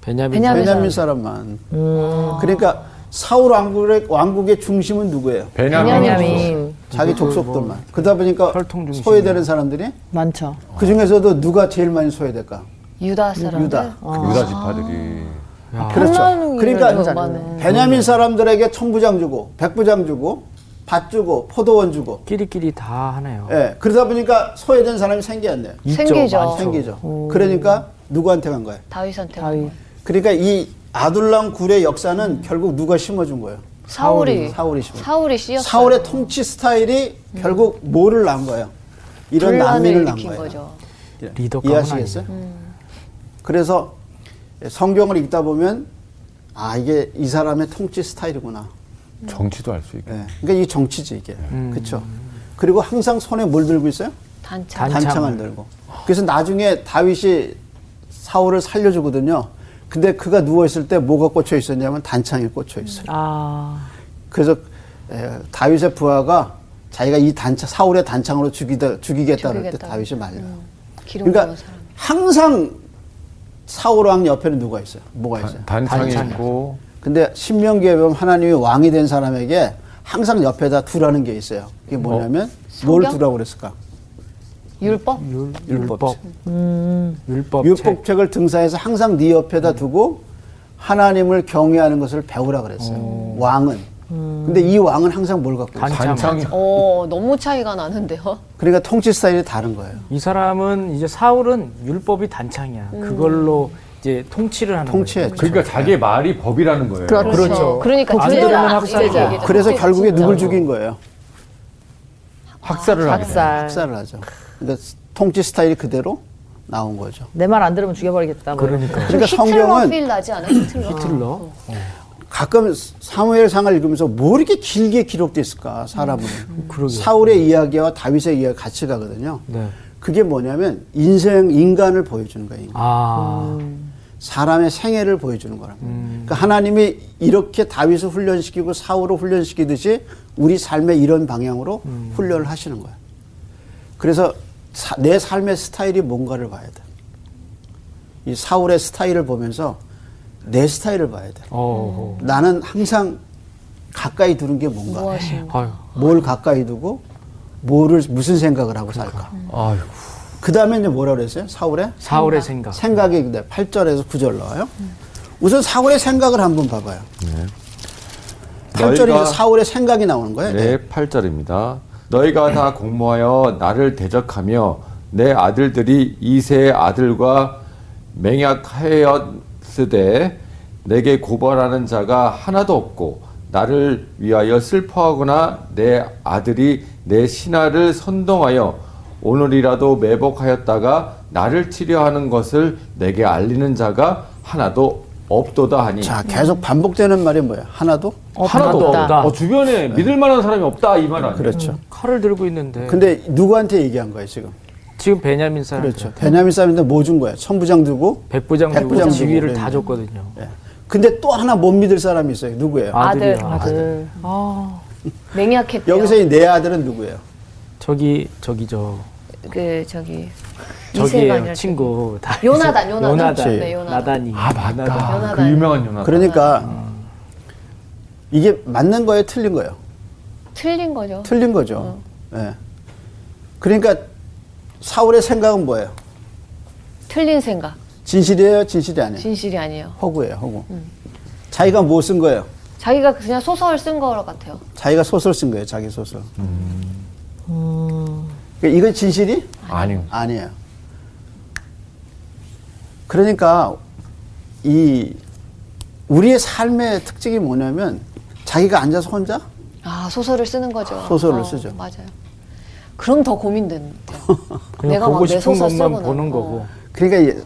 [SPEAKER 3] 베냐민
[SPEAKER 6] 베냐민
[SPEAKER 4] 베냐민 사람만.
[SPEAKER 1] 음.
[SPEAKER 4] 그러니까 사울 왕국의, 왕국의 중심은 누구예요?
[SPEAKER 2] 베냐민
[SPEAKER 5] 베냐민.
[SPEAKER 4] 자기 족속들만. 그러다 보니까
[SPEAKER 3] 뭐? 혈통 중심이네.
[SPEAKER 4] 소외되는 사람들이
[SPEAKER 5] 많죠.
[SPEAKER 4] 그 중에서도 누가 제일 많이 소외될까?
[SPEAKER 1] 유다 사람.
[SPEAKER 4] 유다.
[SPEAKER 2] 그
[SPEAKER 1] 아,
[SPEAKER 2] 유다 지파들이
[SPEAKER 4] 그렇죠. 그러니까
[SPEAKER 1] 많네.
[SPEAKER 4] 베냐민 사람들에게 천부장 주고 백부장 주고 밭 주고 포도원 주고.
[SPEAKER 3] 끼리끼리 다 하네요.
[SPEAKER 4] 예. 그러다 보니까 소외된 사람이 생기 안 돼요.
[SPEAKER 3] 어. 있죠,
[SPEAKER 1] 생기죠.
[SPEAKER 3] 많죠.
[SPEAKER 4] 생기죠. 그러니까 누구한테 간 거예요?
[SPEAKER 1] 다윗한테.
[SPEAKER 5] 다윗.
[SPEAKER 4] 그러니까 이 아둘람 굴의 역사는 결국 누가 심어준 거예요?
[SPEAKER 1] 사울이.
[SPEAKER 4] 사울이 심어.
[SPEAKER 1] 사울이 씌였어요.
[SPEAKER 4] 사울의 통치 스타일이 결국 뭐를 낳은 거예요? 이런
[SPEAKER 1] 분란을
[SPEAKER 4] 난민을 낳은
[SPEAKER 1] 일으킨
[SPEAKER 4] 거예요.
[SPEAKER 1] 거죠.
[SPEAKER 4] 예.
[SPEAKER 3] 리더감은
[SPEAKER 4] 이해하시겠어요? 음. 그래서 성경을 읽다 보면 아 이게 이 사람의 통치 스타일이구나.
[SPEAKER 2] 정치도 알 수 있고
[SPEAKER 4] 예. 그러니까 이 정치지 이게. 그렇죠. 그리고 항상 손에 뭘 들고 있어요?
[SPEAKER 1] 단창.
[SPEAKER 3] 단-
[SPEAKER 4] 단창을.
[SPEAKER 3] 단창을.
[SPEAKER 4] 들고. 그래서 나중에 다윗이 사울을 살려주거든요. 근데 그가 누워 있을 때 뭐가 꽂혀 있었냐면 단창이 꽂혀 있어요.
[SPEAKER 5] 아.
[SPEAKER 4] 그래서 에, 다윗의 부하가 자기가 이 단창 사울의 단창으로 죽이다 죽이겠다 그럴 때
[SPEAKER 1] 죽이겠다. 음,
[SPEAKER 4] 다윗이 말려.
[SPEAKER 1] 기름
[SPEAKER 4] 그러니까
[SPEAKER 1] 부은 사람.
[SPEAKER 4] 항상 사울 왕 옆에는 누가 있어요? 뭐가 있어요?
[SPEAKER 2] 네. 단창이
[SPEAKER 3] 단창이
[SPEAKER 2] 있고
[SPEAKER 4] 근데 신명기에 보면 하나님이 왕이 된 사람에게 항상 옆에다 두라는 게 있어요. 이게 뭐냐면 뭘
[SPEAKER 1] 성경?
[SPEAKER 4] 두라고 그랬을까?
[SPEAKER 1] 율법?
[SPEAKER 4] 음.
[SPEAKER 3] 율,
[SPEAKER 4] 율법.
[SPEAKER 3] 율법. 율법. 책. 음.
[SPEAKER 4] 율법책을 등사해서 항상 네 옆에다 두고 하나님을 경외하는 것을 배우라 그랬어요. 왕은. 근데 이 왕은 항상 뭘 갖고 있어요?
[SPEAKER 3] 음. 단창.
[SPEAKER 2] 단창이
[SPEAKER 1] 어, 너무 차이가 나는데요?
[SPEAKER 4] 그러니까 통치 스타일이 다른 거예요.
[SPEAKER 3] 이 사람은 이제 사울은 율법이 단창이야. 그걸로 이제 통치를 하는
[SPEAKER 4] 통치해.
[SPEAKER 3] 거예요.
[SPEAKER 2] 그러니까 자기의 말이 법이라는 거예요.
[SPEAKER 3] 그렇죠.
[SPEAKER 1] 그러니까
[SPEAKER 3] 안
[SPEAKER 1] 제자,
[SPEAKER 3] 들으면
[SPEAKER 1] 이제
[SPEAKER 3] 학살이고.
[SPEAKER 1] 얘기죠.
[SPEAKER 4] 그래서
[SPEAKER 1] 그렇죠.
[SPEAKER 4] 결국에
[SPEAKER 1] 진짜로. 뭐.
[SPEAKER 4] 누굴 죽인 거예요?
[SPEAKER 2] 학살을 하게 돼요.
[SPEAKER 5] 박살.
[SPEAKER 3] 네.
[SPEAKER 4] 학살을 하죠. 그러니까 통치 스타일이 그대로 나온 거죠.
[SPEAKER 5] 내 말 안 들으면 죽여버리겠다. 뭐.
[SPEAKER 3] 그러니까
[SPEAKER 1] 히틀러
[SPEAKER 4] 그러니까 성경은
[SPEAKER 1] 필 나지 않아? 히틀러. 어,
[SPEAKER 3] 틀러.
[SPEAKER 4] 가끔 사무엘상을 읽으면서 뭐 이렇게 길게 기록돼 있을까 사람은 사울의 이야기와 다윗의 이야기 가 같이 가거든요.
[SPEAKER 3] 음. 네.
[SPEAKER 4] 그게 뭐냐면 인생 인간을 보여주는 거예요. 인간.
[SPEAKER 3] 아.
[SPEAKER 4] 사람의 생애를 보여주는 거란 말이에요. 그러니까 하나님이 이렇게 다윗을 훈련시키고 사울을 훈련시키듯이 우리 삶의 이런 방향으로 훈련을 하시는 거예요. 그래서 사- 내 삶의 스타일이 뭔가를 봐야 돼. 이 사울의 스타일을 보면서 내 스타일을 봐야 돼.
[SPEAKER 3] 어.
[SPEAKER 4] 나는 항상 가까이 두는 게 뭔가.
[SPEAKER 3] 아유.
[SPEAKER 4] 뭘 가까이 두고 뭐를 무슨 생각을 하고 살까.
[SPEAKER 2] 아이고.
[SPEAKER 4] 그 다음에 이제 뭐라 그랬어요? 사울의
[SPEAKER 3] 사울의 생각.
[SPEAKER 4] 생각이 근데 8절에서 9절 나와요. 우선 사울의 생각을 한번 봐봐요. 팔 8절이
[SPEAKER 2] 너희가-
[SPEAKER 4] 사울의 생각이 나오는 거예요.
[SPEAKER 2] 네, 8절입니다. 너희가 다 공모하여 나를 대적하며 내 아들들이 이세의 아들과 맹약하였으되 내게 고발하는 자가 하나도 없고 나를 위하여 슬퍼하거나 내 아들이 내 신하를 선동하여 오늘이라도 매복하였다가 나를 치려하는 것을 내게 알리는 자가 하나도 없도다 하니
[SPEAKER 4] 네. 자, 계속 반복되는 말이 뭐예요? 하나도?
[SPEAKER 2] 하나도
[SPEAKER 5] 없다.
[SPEAKER 2] 없다. 어, 주변에 믿을 만한 사람이 없다 이 말 아니에요?
[SPEAKER 4] 그렇죠.
[SPEAKER 3] 칼을 들고 있는데.
[SPEAKER 4] 근데 누구한테 얘기한 거예요, 지금?
[SPEAKER 3] 지금 베냐민 사람.
[SPEAKER 4] 그렇죠. 베냐민 사람인데 뭐 준 거예요? 천부장 두고.
[SPEAKER 3] 백부장 주고
[SPEAKER 4] 백부장
[SPEAKER 3] 지위를
[SPEAKER 4] 주고,
[SPEAKER 3] 다
[SPEAKER 4] 네.
[SPEAKER 3] 줬거든요.
[SPEAKER 4] 예. 근데 또 하나 못 믿을 사람이 있어요. 누구예요?
[SPEAKER 3] 아들이야.
[SPEAKER 5] 아들.
[SPEAKER 1] 맹약했대요.
[SPEAKER 4] 여기서 이 내 아들은 누구예요?
[SPEAKER 3] 저기 저기 저
[SPEAKER 6] 그 저기
[SPEAKER 3] 저기예요 친구 다
[SPEAKER 1] 요나단, 요나단.
[SPEAKER 3] 요나단
[SPEAKER 1] 네, 요나단.
[SPEAKER 3] 나단이
[SPEAKER 2] 아 맞다.
[SPEAKER 1] 연하다.
[SPEAKER 2] 그 유명한
[SPEAKER 3] 아,
[SPEAKER 2] 연하.
[SPEAKER 3] 음.
[SPEAKER 4] 그러니까 이게 맞는 거예요, 틀린 거예요?
[SPEAKER 1] 틀린 거죠.
[SPEAKER 4] 틀린 거죠.
[SPEAKER 3] 음.
[SPEAKER 4] 예. 그러니까 사울의 생각은 뭐예요?
[SPEAKER 1] 틀린 생각.
[SPEAKER 4] 진실이에요, 진실이 아니에요?
[SPEAKER 1] 진실이 아니에요.
[SPEAKER 4] 허구예요, 허구. 자기가 뭐 쓴 거예요?
[SPEAKER 1] 자기가 그냥 소설 쓴 거 같아요.
[SPEAKER 4] 자기가 소설 쓴 거예요, 자기 소설. 그러니까 이건 진실이
[SPEAKER 2] 아니요.
[SPEAKER 4] 아니에요. 그러니까 이 우리의 삶의 특징이 뭐냐면 자기가 앉아서 혼자
[SPEAKER 1] 아 소설을 쓰는 거죠. 어,
[SPEAKER 4] 소설을 쓰죠.
[SPEAKER 1] 맞아요. 그럼 더 고민되는.
[SPEAKER 3] 그냥
[SPEAKER 1] 내가
[SPEAKER 3] 보고
[SPEAKER 1] 막내
[SPEAKER 3] 싶은
[SPEAKER 1] 소설
[SPEAKER 3] 것만
[SPEAKER 1] 쓰고
[SPEAKER 3] 보는
[SPEAKER 1] 나-
[SPEAKER 3] 거고
[SPEAKER 1] 어.
[SPEAKER 4] 그러니까 이-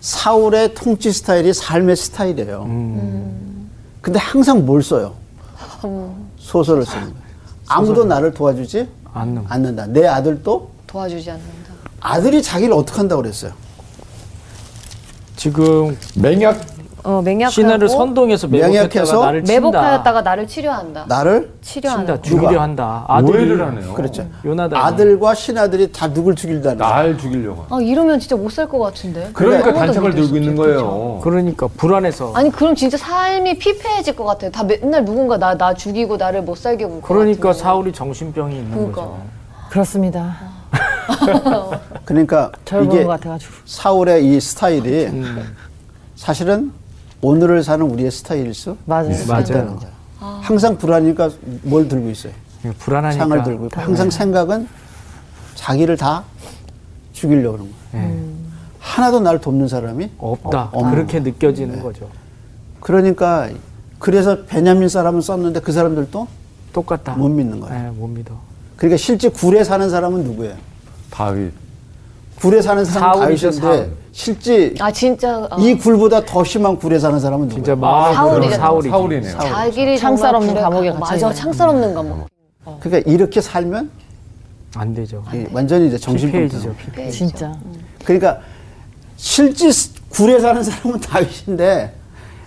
[SPEAKER 4] 사울의 통치 스타일이 삶의 스타일이에요.
[SPEAKER 3] 음.
[SPEAKER 1] 음.
[SPEAKER 4] 근데 항상 뭘 써요? 소설을 쓰는 거예요. 아무도 나를 도와주지
[SPEAKER 3] 않는 거.
[SPEAKER 4] 않는다. 내 아들도
[SPEAKER 1] 도와주지 않는다.
[SPEAKER 4] 아들이 자기를 어떻게 한다고 그랬어요.
[SPEAKER 3] 지금
[SPEAKER 2] 맹약
[SPEAKER 6] 어, 맹약하고
[SPEAKER 3] 신하를 선동해서 매복했다가
[SPEAKER 4] 매약해서
[SPEAKER 3] 나를 친다
[SPEAKER 1] 매복하였다가 나를 치료한다.
[SPEAKER 4] 나를
[SPEAKER 1] 치료한다.
[SPEAKER 3] 친다 죽이려
[SPEAKER 4] 누가?
[SPEAKER 3] 한다 아들이
[SPEAKER 2] 오해를 하네요.
[SPEAKER 4] 그렇죠.
[SPEAKER 3] 요나단
[SPEAKER 4] 아들과 신하들이 다 누굴 죽일다는 거예요.
[SPEAKER 2] 날 죽이려고. 하는.
[SPEAKER 1] 아 이러면 진짜 못 살 것 같은데.
[SPEAKER 2] 그러니까
[SPEAKER 1] 아무도 그렇죠.
[SPEAKER 2] 단창을
[SPEAKER 1] 믿을 수
[SPEAKER 2] 들고 있는
[SPEAKER 1] 없죠.
[SPEAKER 2] 거예요.
[SPEAKER 3] 그러니까 불안해서
[SPEAKER 1] 아니 그럼 진짜 삶이 피폐해질 것 같아요. 다 맨날 누군가 나 나 죽이고 나를 못 살게 굴것
[SPEAKER 3] 그러니까
[SPEAKER 1] 같은
[SPEAKER 3] 사울이 정신병이 있는
[SPEAKER 1] 그러니까.
[SPEAKER 3] 거죠
[SPEAKER 5] 그렇습니다.
[SPEAKER 4] 그러니까
[SPEAKER 5] 절 보는
[SPEAKER 4] 이게
[SPEAKER 5] 것 같아가지고.
[SPEAKER 4] 사울의 이 스타일이 사실은 오늘을 사는 우리의 스타일일 수
[SPEAKER 5] 맞아요.
[SPEAKER 4] 있다는 네. 거예요. 항상 불안이니까 뭘 들고 있어요.
[SPEAKER 3] 불안하니까
[SPEAKER 4] 상을 들고 있고 항상 생각은 자기를 다 죽이려고 그런 거예요.
[SPEAKER 3] 예.
[SPEAKER 1] 음.
[SPEAKER 4] 하나도 날 돕는 사람이
[SPEAKER 3] 없다
[SPEAKER 4] 없- 없는 네.
[SPEAKER 3] 그렇게 느껴지는 거죠
[SPEAKER 4] 그러니까 그래서 베냐민 사람은 썼는데 그 사람들도
[SPEAKER 3] 똑같다
[SPEAKER 4] 못 믿는 거예요.
[SPEAKER 3] 예, 못 믿어
[SPEAKER 4] 그러니까 실제 굴에 사는 사람은 누구예요?
[SPEAKER 2] 다윗.
[SPEAKER 4] 굴에 사는 사람은
[SPEAKER 3] 사울이죠,
[SPEAKER 4] 다윗인데
[SPEAKER 3] 사울.
[SPEAKER 4] 실제
[SPEAKER 1] 아 진짜 어.
[SPEAKER 4] 이 굴보다 더 심한 굴에 사는 사람은
[SPEAKER 3] 진짜
[SPEAKER 4] 누구예요?
[SPEAKER 3] 마음
[SPEAKER 1] 사울이죠.
[SPEAKER 3] 그러니까 사울이
[SPEAKER 2] 사울이네요.
[SPEAKER 1] 자기를
[SPEAKER 5] 창살
[SPEAKER 1] 정말
[SPEAKER 5] 없는
[SPEAKER 1] 불행하고-
[SPEAKER 5] 감옥에 갇혀
[SPEAKER 1] 맞아
[SPEAKER 5] 있는.
[SPEAKER 1] 창살 없는 감옥.
[SPEAKER 4] 그러니까 이렇게 살면
[SPEAKER 3] 안 되죠
[SPEAKER 4] 이 완전히 이제 예, 정신병자.
[SPEAKER 3] 피폐해지죠 피폐
[SPEAKER 5] 진짜.
[SPEAKER 4] 그러니까 실제 스- 굴에 사는 사람은 다윗인데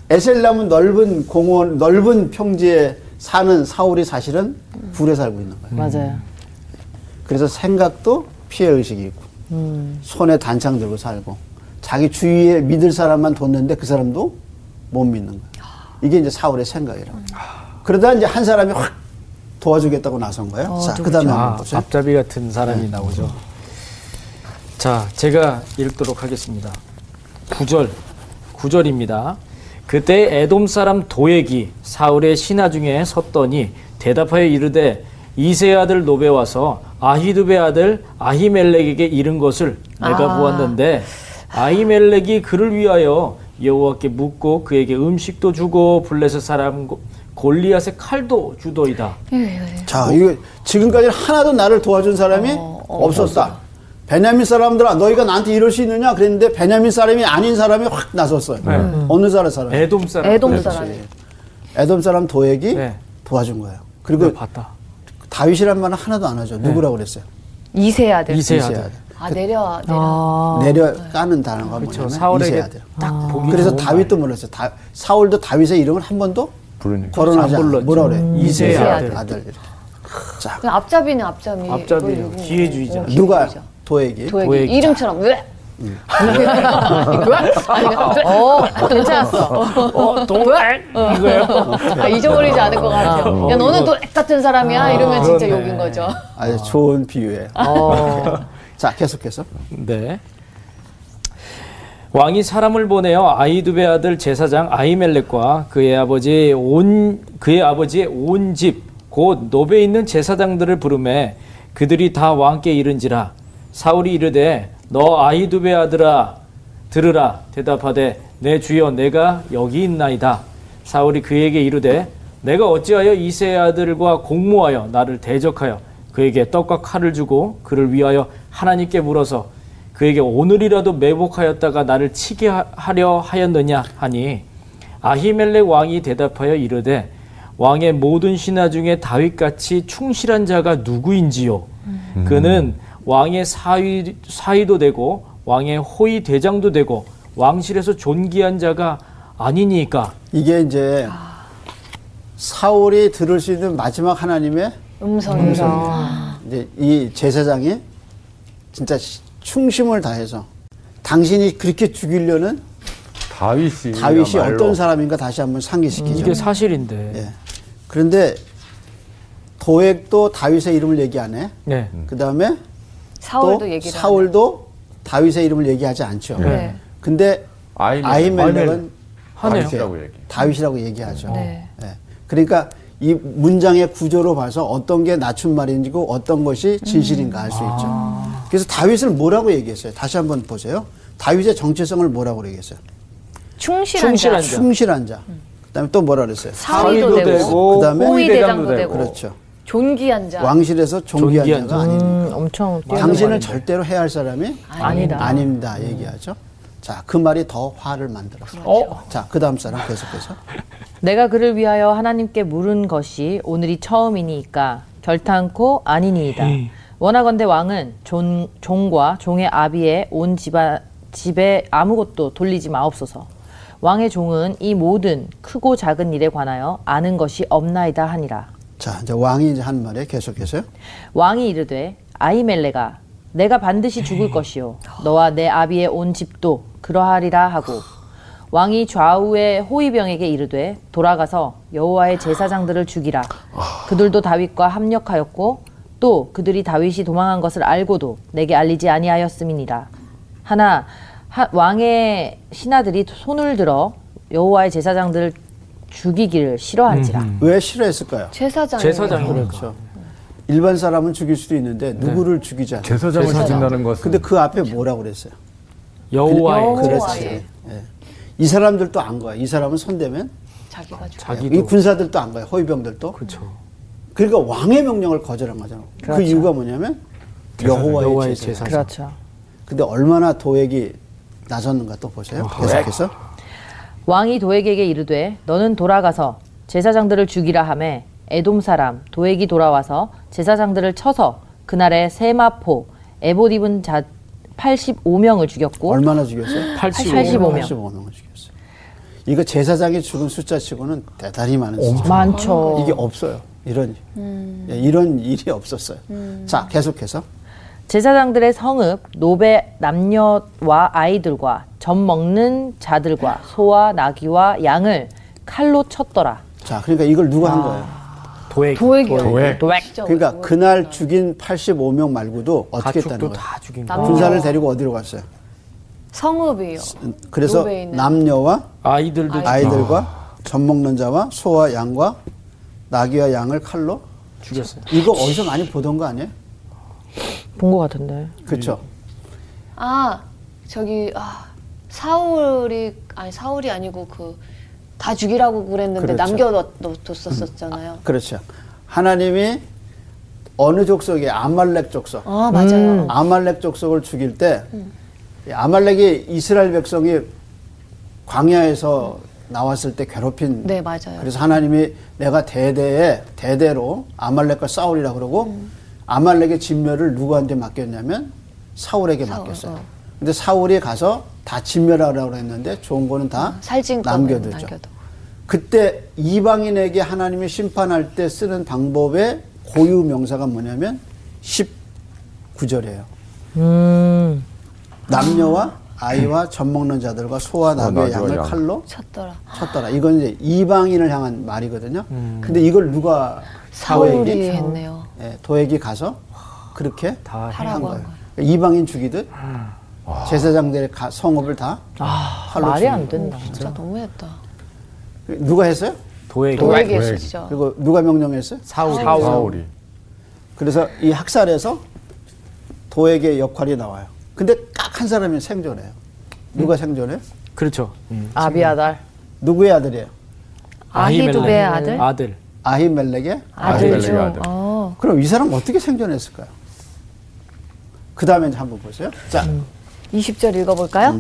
[SPEAKER 4] 에셀람은 넓은 공원, 넓은 평지에 사는 사울이 사실은 굴에 살고 있는 거예요.
[SPEAKER 5] 맞아요.
[SPEAKER 4] 그래서 생각도 피해 의식이 있고 손에 단창 들고 살고 자기 주위에 믿을 사람만 뒀는데 그 사람도 못 믿는 거예요. 이게 이제 사울의 생각이라고. 그러다 이제 한 사람이 확 도와주겠다고 나선 거예요. 자, 어, 그다음에
[SPEAKER 3] 아, 네.
[SPEAKER 4] 한번 보세요.
[SPEAKER 3] 앞잡이 같은 사람이 나오죠. 자, 제가 읽도록 하겠습니다. 9절. 9절입니다. 그때 에돔 사람 도액이 사울의 신하 중에 섰더니 대답하여 이르되 이세 아들 노베 와서 아히두베 아들 아히멜렉에게 이른 것을 내가 보았는데 아히멜렉이 그를 위하여 여호와께 묻고 그에게 음식도 주고 블레셋 사람 골리앗의 칼도 주도이다.
[SPEAKER 4] 자, 이거 지금까지 하나도 나를 도와준 사람이 어, 없었다. 베냐민 사람들아, 너희가 나한테 이럴 수 있느냐? 그랬는데 베냐민 사람이 아닌 사람이 확 나섰어요. 어느 나라 사람?
[SPEAKER 3] 그 에돔 사람.
[SPEAKER 6] 애돔 사람.
[SPEAKER 4] 에돔 사람 도액이
[SPEAKER 3] 네.
[SPEAKER 4] 도와준 거예요. 그리고
[SPEAKER 3] 그리고 봤다.
[SPEAKER 4] 다윗이란 말은 하나도 안 하죠. 누구라고 그랬어요?
[SPEAKER 6] 이세 아들.
[SPEAKER 3] 이세
[SPEAKER 4] 이세
[SPEAKER 3] 아들.
[SPEAKER 4] 아들.
[SPEAKER 1] 아 내려와 내려.
[SPEAKER 4] 내려 까는 단어가
[SPEAKER 3] 아. 그렇죠.
[SPEAKER 4] 뭐냐면 이세
[SPEAKER 3] 사울에게
[SPEAKER 4] 아들.
[SPEAKER 3] 딱 보기
[SPEAKER 4] 그래서
[SPEAKER 3] 좋은
[SPEAKER 4] 다윗도 몰랐어요. 다, 사울도 다윗의 이름을 한 번도
[SPEAKER 2] 부르니까.
[SPEAKER 3] 안
[SPEAKER 4] 거론하지 않아요.
[SPEAKER 3] 불렀죠.
[SPEAKER 4] 뭐라 그래요?
[SPEAKER 3] 이세의
[SPEAKER 4] 이세의
[SPEAKER 3] 아들.
[SPEAKER 4] 아들. 이렇게. 자,
[SPEAKER 1] 그냥 앞잡이는 앞잡이.
[SPEAKER 3] 앞잡이는
[SPEAKER 1] 뭐 이러고.
[SPEAKER 3] 기회주의자.
[SPEAKER 1] 어,
[SPEAKER 4] 누가
[SPEAKER 1] 기회주의자.
[SPEAKER 4] 도액이?
[SPEAKER 1] 도액이
[SPEAKER 3] 도액이다.
[SPEAKER 1] 이름처럼 왜?
[SPEAKER 5] 어, 괜찮았어.
[SPEAKER 3] 어, 동물 이거예요.
[SPEAKER 1] 아, 잊어버리지 않을 것 같아.
[SPEAKER 3] 어,
[SPEAKER 1] 야 너는 또 똑같은 사람이야. 이러면 진짜
[SPEAKER 3] 그러네.
[SPEAKER 1] 욕인 거죠.
[SPEAKER 4] 아주 좋은 비유예요.
[SPEAKER 3] 아.
[SPEAKER 4] 자, 계속해서.
[SPEAKER 3] 네. 왕이 사람을 보내어 아이두베 아들 제사장 아이멜렉과 그의 아버지 온 그의 아버지의 온 집 곧 노베 있는 제사장들을 부르매 그들이 다 왕께 이른지라 사울이 이르되 너 아이두베 아들아 들으라 대답하되 내 주여 내가 여기 있나이다 사울이 그에게 이르되 내가 어찌하여 이세의 아들과 공모하여 나를 대적하여 그에게 떡과 칼을 주고 그를 위하여 하나님께 물어서 그에게 오늘이라도 매복하였다가 나를 치게 하- 하려 하였느냐 하니 아히멜렉 왕이 대답하여 이르되 왕의 모든 신하 중에 다윗같이 충실한 자가 누구인지요
[SPEAKER 4] 음.
[SPEAKER 3] 그는 왕의 사위, 사위도 되고 왕의 호위 대장도 되고 왕실에서 존귀한 자가 아니니까
[SPEAKER 4] 이게 이제 사울이 들을 수 있는 마지막 하나님의
[SPEAKER 3] 아.
[SPEAKER 4] 이제 이 제사장이 진짜 시- 충심을 다해서 당신이 그렇게 죽이려는
[SPEAKER 2] 다윗이
[SPEAKER 4] 다윗이 어떤 사람인가 다시 한번 상기시키죠.
[SPEAKER 3] 음, 이게 사실인데
[SPEAKER 4] 음. 예. 그런데 도액도 다윗의 이름을 얘기 안 해.
[SPEAKER 3] 네.
[SPEAKER 4] 그 다음에
[SPEAKER 6] 사울도
[SPEAKER 4] 또
[SPEAKER 6] 얘기를.
[SPEAKER 4] 사울도 다윗의 이름을 얘기하지 않죠.
[SPEAKER 6] 하네요. 네.
[SPEAKER 4] 근데
[SPEAKER 2] 아이멜렉.
[SPEAKER 4] 아이멜렉은
[SPEAKER 3] 하네요.
[SPEAKER 4] 이렇게
[SPEAKER 2] 다윗이라고 얘기.
[SPEAKER 4] 다윗이라고 얘기하죠.
[SPEAKER 6] 네.
[SPEAKER 4] 예. 그러니까 이 문장의 구조로 봐서 어떤 게 낮춤말인지고 그 어떤 것이
[SPEAKER 6] 음.
[SPEAKER 4] 진실인가 알 수
[SPEAKER 6] 아.
[SPEAKER 4] 있죠. 그래서 다윗을 뭐라고 얘기했어요? 다시 한번 보세요. 다윗의 정체성을 뭐라고 얘기했어요?
[SPEAKER 6] 충실한,
[SPEAKER 3] 충실한
[SPEAKER 6] 자.
[SPEAKER 3] 자.
[SPEAKER 4] 충실한 자. 그다음에 또 뭐라 그랬어요?
[SPEAKER 6] 사위도
[SPEAKER 2] 사위도
[SPEAKER 6] 되고,
[SPEAKER 2] 되고,
[SPEAKER 4] 그다음에
[SPEAKER 6] 호위 대장도 되고.
[SPEAKER 4] 그렇죠.
[SPEAKER 1] 존귀한 자.
[SPEAKER 4] 왕실에서 존귀한
[SPEAKER 3] 존귀한
[SPEAKER 4] 자가
[SPEAKER 3] 자.
[SPEAKER 4] 아니니까.
[SPEAKER 5] 음, 엄청 뛰어난
[SPEAKER 4] 당신을
[SPEAKER 5] 말인데.
[SPEAKER 4] 절대로 해야 할 사람이
[SPEAKER 5] 아니다.
[SPEAKER 4] 아닙니다. 얘기하죠. 자, 그 말이 더 화를 만들었어요. 자, 그 다음 사람 계속해서.
[SPEAKER 5] 내가 그를 위하여 하나님께 물은 것이 오늘이 처음이니이까 결탄코 아니니이다.
[SPEAKER 4] 음.
[SPEAKER 5] 원하건대 왕은 존, 종과 종의 아비의 온 집안, 집에 아무것도 돌리지 마옵소서. 왕의 종은 이 모든 크고 작은 일에 관하여 아는 것이 없나이다 하니라.
[SPEAKER 4] 자, 이제 왕이 이제 한 말에 계속해서요.
[SPEAKER 5] 왕이 이르되 아이멜레가 내가 반드시 죽을 것이요 너와 내 아비의 온 집도 그러하리라 하고 왕이 좌우의 호위병에게 이르되 돌아가서 여호와의 제사장들을 죽이라 그들도 다윗과 합력하였고 또 그들이 다윗이 도망한 것을 알고도 내게 알리지 아니하였음이니라 하나 하- 왕의 신하들이 손을 들어 여호와의 제사장들을 죽이기를 싫어한지라
[SPEAKER 4] 왜 싫어했을까요?
[SPEAKER 1] 제사장.
[SPEAKER 3] 제사장이니까
[SPEAKER 4] 그렇죠. 일반 사람은 죽일 수도 있는데 누구를 죽이지 않아요.
[SPEAKER 2] 제사장을 죽인다는 것은
[SPEAKER 4] 근데 그 앞에 뭐라고 그랬어요?
[SPEAKER 3] 여호와의
[SPEAKER 4] 그랬어이 사람들도 안 거야. 이 사람은 손대면
[SPEAKER 1] 자기가 죽.
[SPEAKER 4] 이
[SPEAKER 3] 자기도
[SPEAKER 4] 군사들도 안 거야. 호위병들도.
[SPEAKER 3] 그렇죠.
[SPEAKER 4] 그러니까 왕의 명령을 거절한 거잖아. 요그 이유가 뭐냐면 여호와의,
[SPEAKER 3] 여호와의
[SPEAKER 4] 제사장.
[SPEAKER 3] 제사장.
[SPEAKER 5] 그렇죠
[SPEAKER 4] 근데 얼마나 도액이 나섰는가 또 보세요.
[SPEAKER 3] 아,
[SPEAKER 4] 계속해서.
[SPEAKER 5] 왕이 도액에게 이르되 너는 돌아가서 제사장들을 죽이라 하매 에돔 사람 도액이 돌아와서 제사장들을 쳐서 그날의 세마포 에봇 입은 자 85명을
[SPEAKER 3] 뭐?
[SPEAKER 5] 죽였고
[SPEAKER 4] 얼마나 죽였어요?
[SPEAKER 5] 85 명.
[SPEAKER 4] 85명을 죽였어요. 이거 제사장이 죽은 숫자치고는 대단히 많은 숫자.
[SPEAKER 5] 많죠.
[SPEAKER 4] 이게 없어요. 이런
[SPEAKER 1] 음.
[SPEAKER 4] 예, 이런 일이 없었어요. 자 계속해서
[SPEAKER 5] 제사장들의 성읍 노베 남녀와 아이들과 젖 먹는 자들과 소와 나귀와 양을 칼로 쳤더라.
[SPEAKER 4] 자 그러니까 이걸 누가
[SPEAKER 3] 아.
[SPEAKER 4] 한 거예요?
[SPEAKER 3] 도액
[SPEAKER 1] 도액이요.
[SPEAKER 2] 도액.
[SPEAKER 1] 진짜
[SPEAKER 4] 그러니까
[SPEAKER 1] 어려워.
[SPEAKER 4] 그날 죽인 85명 말고도 어떻게 했다는
[SPEAKER 3] 가축도
[SPEAKER 4] 거예요?
[SPEAKER 3] 다 아. 죽인
[SPEAKER 1] 남-
[SPEAKER 3] 거.
[SPEAKER 4] 군사를 데리고 어디로 갔어요?
[SPEAKER 1] 성읍이에요.
[SPEAKER 4] 음, 그래서
[SPEAKER 1] 노베에 있는-
[SPEAKER 4] 남녀와
[SPEAKER 3] 아이들도
[SPEAKER 4] 아이들과 젖 먹는 자와 소와 양과 나귀와 양을 칼로
[SPEAKER 3] 죽였어요.
[SPEAKER 4] 이거 어디서 많이 보던 거 아니에요?
[SPEAKER 5] 본 것 같은데.
[SPEAKER 4] 그렇죠.
[SPEAKER 3] 음.
[SPEAKER 1] 아 저기 아 사울이 아니 사울이 아니고 그 다 죽이라고 그랬는데
[SPEAKER 4] 그렇죠.
[SPEAKER 1] 남겨뒀었잖아요.
[SPEAKER 4] 그렇죠. 하나님이 어느 족속이 아말렉 족속.
[SPEAKER 1] 아, 맞아요.
[SPEAKER 4] 음. 아말렉 족속을 죽일 때 이 아말렉이 이스라엘 백성이 광야에서 나왔을 때 괴롭힌
[SPEAKER 1] 네, 맞아요.
[SPEAKER 4] 그래서 하나님이 내가 대대에 대대로 아말렉과 싸우리라 그러고
[SPEAKER 1] 음.
[SPEAKER 4] 아말렉의 진멸을 누구한테 맡겼냐면 사울에게 맡겼어요. 근데 사울이 가서 다 진멸하라고 했는데 좋은 거는 다
[SPEAKER 1] 음, 살찐 거는
[SPEAKER 4] 남겨두죠.
[SPEAKER 1] 남겨두고.
[SPEAKER 4] 그때 이방인에게 하나님이 심판할 때 쓰는 방법의 고유 명사가 뭐냐면 19절이에요.
[SPEAKER 5] 음,
[SPEAKER 4] 남녀와 아이와 젖 먹는 자들과 소와 어, 나귀의
[SPEAKER 2] 나귀와
[SPEAKER 4] 양을
[SPEAKER 2] 양.
[SPEAKER 4] 칼로
[SPEAKER 1] 쳤더라.
[SPEAKER 4] 쳤더라. 이건 이제 이방인을 향한 말이거든요. 근데 이걸 누가
[SPEAKER 1] 사울이
[SPEAKER 4] 도액이?
[SPEAKER 1] 했네요.
[SPEAKER 4] 예, 도액이 가서 그렇게
[SPEAKER 3] 다
[SPEAKER 4] 한
[SPEAKER 1] 하라고 한
[SPEAKER 4] 거예요. 그러니까 이방인 죽이듯 제사장들의 가- 성읍을 다 칼로
[SPEAKER 5] 아, 말이
[SPEAKER 4] 죽인
[SPEAKER 5] 안 된다.
[SPEAKER 1] 진짜 너무했다.
[SPEAKER 4] 거예요. 누가 했어요?
[SPEAKER 3] 도액.
[SPEAKER 1] 도액이 진짜.
[SPEAKER 4] 그리고 누가 명령했어요?
[SPEAKER 3] 사울이.
[SPEAKER 2] 사울이.
[SPEAKER 4] 그래서 이 학살에서 도액의 역할이 나와요. 근데 딱 한 사람이 생존해요. 누가 생존해요?
[SPEAKER 3] 그렇죠. 음.
[SPEAKER 5] 아비아달.
[SPEAKER 4] 누구의 아들이에요?
[SPEAKER 6] 아히두베의 아들?
[SPEAKER 3] 아들.
[SPEAKER 4] 아히멜렉의?
[SPEAKER 6] 아들 중.
[SPEAKER 2] 아들.
[SPEAKER 6] 어.
[SPEAKER 4] 그럼 이 사람 어떻게 생존했을까요? 그 다음에 한번 보세요. 자,
[SPEAKER 6] 20절 읽어볼까요?